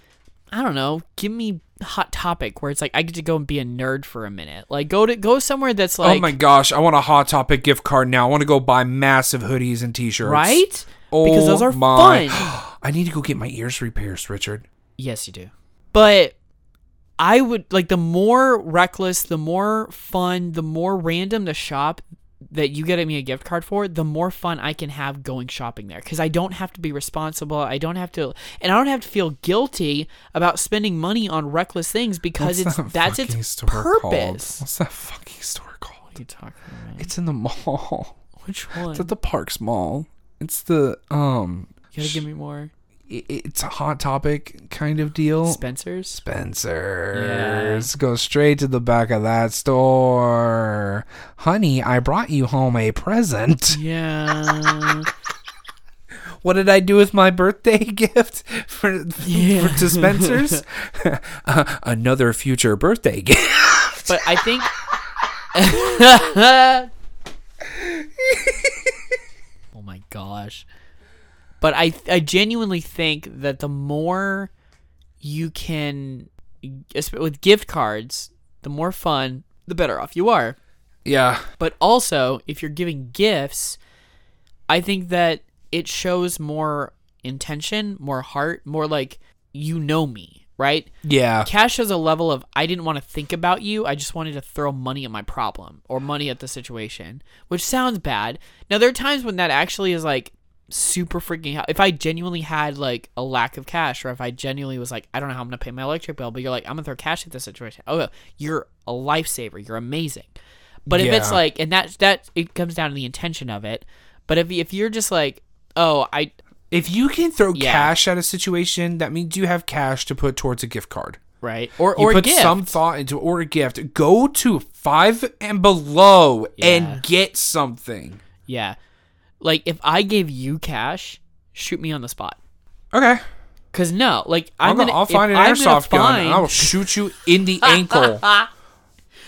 [SPEAKER 2] i don't know give me hot topic where it's like i get to go and be a nerd for a minute like go to go somewhere that's like
[SPEAKER 1] oh my gosh, I want a Hot Topic gift card now. I want to go buy massive hoodies and t-shirts.
[SPEAKER 2] right
[SPEAKER 1] Oh
[SPEAKER 2] because those are
[SPEAKER 1] my.
[SPEAKER 2] fun
[SPEAKER 1] I need to go get my ears repierced, Richard.
[SPEAKER 2] Yes, you do. But I would like the more reckless, the more fun, the more random the shop that you get me a gift card for, the more fun I can have going shopping there because I don't have to be responsible. I don't have to, and I don't have to feel guilty about spending money on reckless things because
[SPEAKER 1] What's that
[SPEAKER 2] it's that's
[SPEAKER 1] fucking
[SPEAKER 2] its
[SPEAKER 1] store called?
[SPEAKER 2] purpose.
[SPEAKER 1] What's that fucking store called?
[SPEAKER 2] What are you talking about?
[SPEAKER 1] It's in the mall.
[SPEAKER 2] Which one?
[SPEAKER 1] It's at the Parks Mall. It's the um.
[SPEAKER 2] gotta give me more.
[SPEAKER 1] I- It's a hot topic kind of deal.
[SPEAKER 2] Spencer's.
[SPEAKER 1] Spencer's. Go straight to the back of that store. Honey, I brought you home a present.
[SPEAKER 2] Yeah.
[SPEAKER 1] What did I do with my birthday gift for,
[SPEAKER 2] Yeah.
[SPEAKER 1] for to Spencer's? Uh, another future birthday gift.
[SPEAKER 2] but I think. oh my gosh. But I, I genuinely think that the more you can, esp- with gift cards, the more fun, the better off you are.
[SPEAKER 1] yeah.
[SPEAKER 2] But also, if you're giving gifts, I think that it shows more intention, more heart, more like, you know me, right?
[SPEAKER 1] Yeah.
[SPEAKER 2] Cash has a level of I didn't want to think about you. I just wanted to throw money at my problem or money at the situation, which sounds bad. Now there are times when that actually is like super freaking out. If I genuinely had like a lack of cash or if I genuinely was like I don't know how I'm going to pay my electric bill, but you're like I'm going to throw cash at this situation. Oh, you're a lifesaver. You're amazing. But if it's
[SPEAKER 1] Yeah.
[SPEAKER 2] like and that that it comes down to the intention of it. But if if you're just like, "Oh, I
[SPEAKER 1] If you can throw
[SPEAKER 2] Yeah.
[SPEAKER 1] cash at a situation, that means you have cash to put towards a gift card.
[SPEAKER 2] right." Or
[SPEAKER 1] You
[SPEAKER 2] or a
[SPEAKER 1] put
[SPEAKER 2] gift.
[SPEAKER 1] some thought into or a gift. Go to five and below
[SPEAKER 2] Yeah.
[SPEAKER 1] and get something.
[SPEAKER 2] Yeah. Like if I gave you cash, shoot me on the spot.
[SPEAKER 1] Okay.
[SPEAKER 2] Cause no, like
[SPEAKER 1] I'm,
[SPEAKER 2] I'm,
[SPEAKER 1] gonna,
[SPEAKER 2] gonna-
[SPEAKER 1] I'll
[SPEAKER 2] if
[SPEAKER 1] find an
[SPEAKER 2] I'm gonna
[SPEAKER 1] airsoft gun and I will
[SPEAKER 2] find-
[SPEAKER 1] shoot you in the ankle.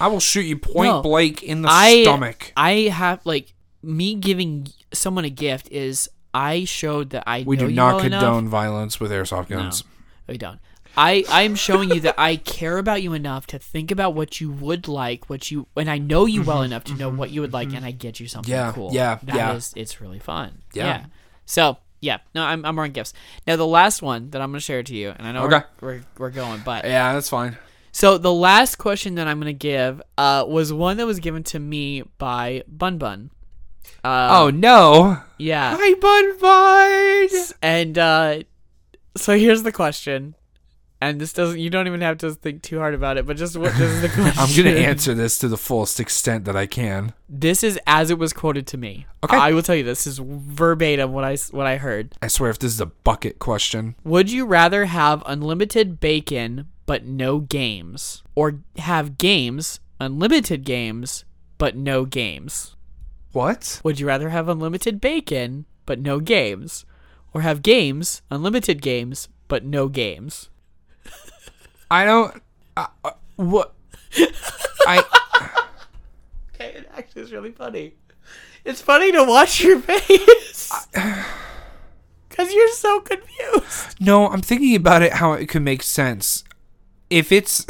[SPEAKER 1] I will shoot you point
[SPEAKER 2] No.
[SPEAKER 1] blank in the
[SPEAKER 2] I-
[SPEAKER 1] stomach.
[SPEAKER 2] I have like me giving someone a gift is I showed that I
[SPEAKER 1] We
[SPEAKER 2] know
[SPEAKER 1] do
[SPEAKER 2] you
[SPEAKER 1] not
[SPEAKER 2] well enough.
[SPEAKER 1] condone violence with airsoft guns.
[SPEAKER 2] No, we don't. I I am showing you that I care about you enough to think about what you would like, what you and I know you well enough to know what you would like, and I get you something
[SPEAKER 1] Mm-hmm. Yeah,
[SPEAKER 2] cool.
[SPEAKER 1] yeah,
[SPEAKER 2] That
[SPEAKER 1] yeah.
[SPEAKER 2] is- it's really fun.
[SPEAKER 1] Yeah.
[SPEAKER 2] So yeah, no, I'm I'm on gifts. Now the last one that I'm gonna share to you, and I know
[SPEAKER 1] Okay.
[SPEAKER 2] we're, we're we're going, but
[SPEAKER 1] Yeah, that's fine.
[SPEAKER 2] so the last question that I'm gonna give uh, was one that was given to me by Bun Bun. Uh,
[SPEAKER 1] oh no.
[SPEAKER 2] yeah.
[SPEAKER 1] Hi Bud Bud.
[SPEAKER 2] And uh, so here's the question, and this doesn't you don't even have to think too hard about it, but just what this is the question.
[SPEAKER 1] I'm gonna answer this to the fullest extent that I can.
[SPEAKER 2] This is as it was quoted to me.
[SPEAKER 1] Okay.
[SPEAKER 2] I will tell you this is verbatim what I s- what I heard.
[SPEAKER 1] I swear if this is a bucket question.
[SPEAKER 2] Would you rather have unlimited bacon but no games, or have games unlimited games but no games?
[SPEAKER 1] What?
[SPEAKER 2] Would you rather have unlimited bacon but no games, or have games unlimited games but no games?
[SPEAKER 1] I don't uh, uh, what I
[SPEAKER 2] Okay, it actually is really funny. It's funny to watch your face. Because you're so confused.
[SPEAKER 1] No, I'm thinking about it how it could make sense. If it's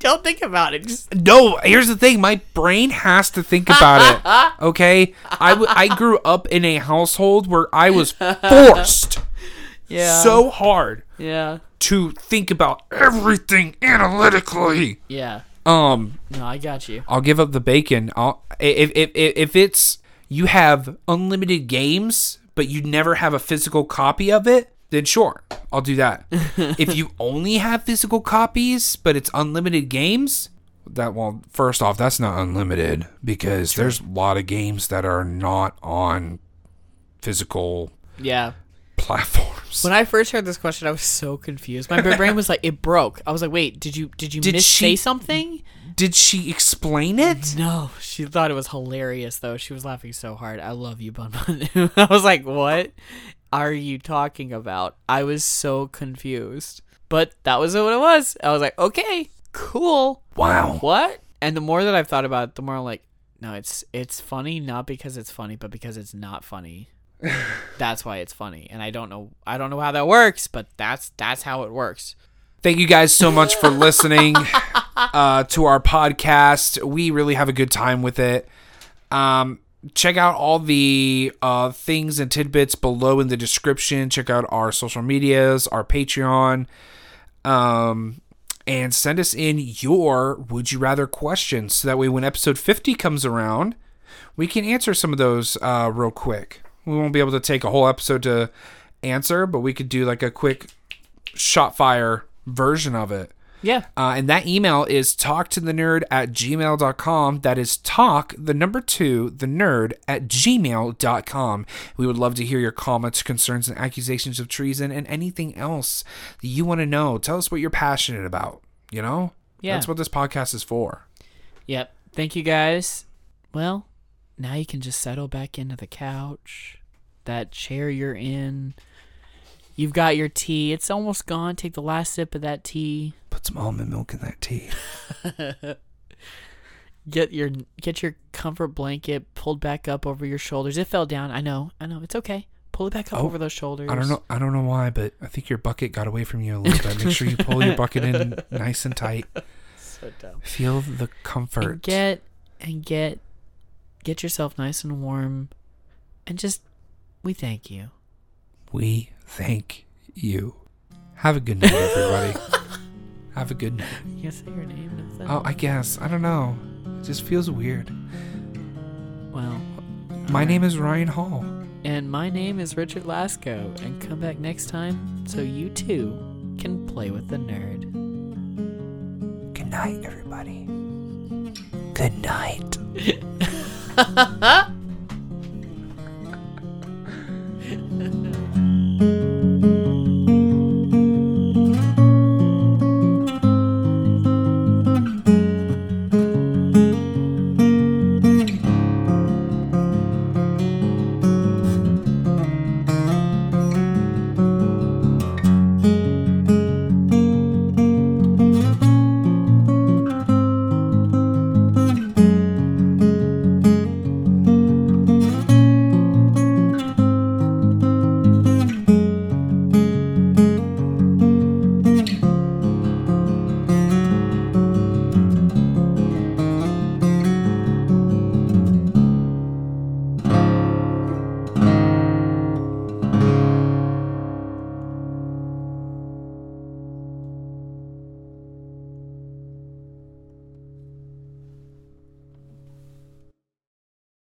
[SPEAKER 2] Don't think about it. Just,
[SPEAKER 1] No, here's the thing. My brain has to think about it. Okay, I, w- I grew up in a household where I was forced
[SPEAKER 2] yeah.
[SPEAKER 1] so hard
[SPEAKER 2] Yeah.
[SPEAKER 1] to think about everything analytically.
[SPEAKER 2] Yeah.
[SPEAKER 1] Um,
[SPEAKER 2] No, I got you.
[SPEAKER 1] I'll give up the bacon. I'll if if if, if it's you have unlimited games, but you never have a physical copy of it. Then sure, I'll do that. if you only have physical copies, but it's unlimited games, that well, first off, that's not unlimited because there's a lot of games that are not on physical
[SPEAKER 2] Yeah.
[SPEAKER 1] platforms.
[SPEAKER 2] When I first heard this question, I was so confused. My brain was like, it broke. I was like, wait, did you did you
[SPEAKER 1] Did
[SPEAKER 2] miss
[SPEAKER 1] she-
[SPEAKER 2] say something?
[SPEAKER 1] Did she explain it?
[SPEAKER 2] No, she thought it was hilarious though. She was laughing so hard. I love you, Bun Bun. I was like, "What are you talking about?" I was so confused. But that was what it was. I was like, "Okay, cool.
[SPEAKER 1] Wow.
[SPEAKER 2] What?" And the more that I've thought about it, the more I'm like, "No, it's it's funny not because it's funny, but because it's not funny." that's why it's funny. And I don't know I don't know how that works, but that's that's how it works.
[SPEAKER 1] Thank you guys so much for listening uh, to our podcast. We really have a good time with it. Um, check out all the uh, things and tidbits below in the description. Check out our social medias, our Patreon, um, and send us in your would you rather questions so that way when episode 50 comes around, we can answer some of those uh, real quick. We won't be able to take a whole episode to answer, but we could do like a quick shot fire version of it.
[SPEAKER 2] Yeah.
[SPEAKER 1] Uh, and that email is talk to the nerd at gmail.com. That is talk, the number two, the nerd at gmail.com. We would love to hear your comments, concerns, and accusations of treason and anything else that you want to know. Tell us what you're passionate about. You know?
[SPEAKER 2] Yeah.
[SPEAKER 1] That's what this podcast is for.
[SPEAKER 2] Yep. Thank you guys. Well, now you can just settle back into the couch, that chair you're in. You've got your tea. It's almost gone. Take the last sip of that tea.
[SPEAKER 1] Put some almond milk in that tea.
[SPEAKER 2] Get your get your comfort blanket pulled back up over your shoulders. It fell down. I know. I know. It's okay. Pull it back up
[SPEAKER 1] Oh,
[SPEAKER 2] over those shoulders.
[SPEAKER 1] I don't know. I don't know why, but I think your bucket got away from you a little bit. Make sure you pull your bucket in nice and tight.
[SPEAKER 2] So dumb.
[SPEAKER 1] Feel the comfort.
[SPEAKER 2] And get and get get yourself nice and warm and just we thank you.
[SPEAKER 1] We thank you. Have a good night, everybody. Have a good night.
[SPEAKER 2] You can say your name and stuff.
[SPEAKER 1] Oh, I guess. I don't know. It just feels weird.
[SPEAKER 2] well.
[SPEAKER 1] My name is Ryan Hall.
[SPEAKER 2] And my name is Richard Lasco, and come back next time so you too can play with the nerd.
[SPEAKER 1] Good night, everybody. Good night.
[SPEAKER 2] Ha ha!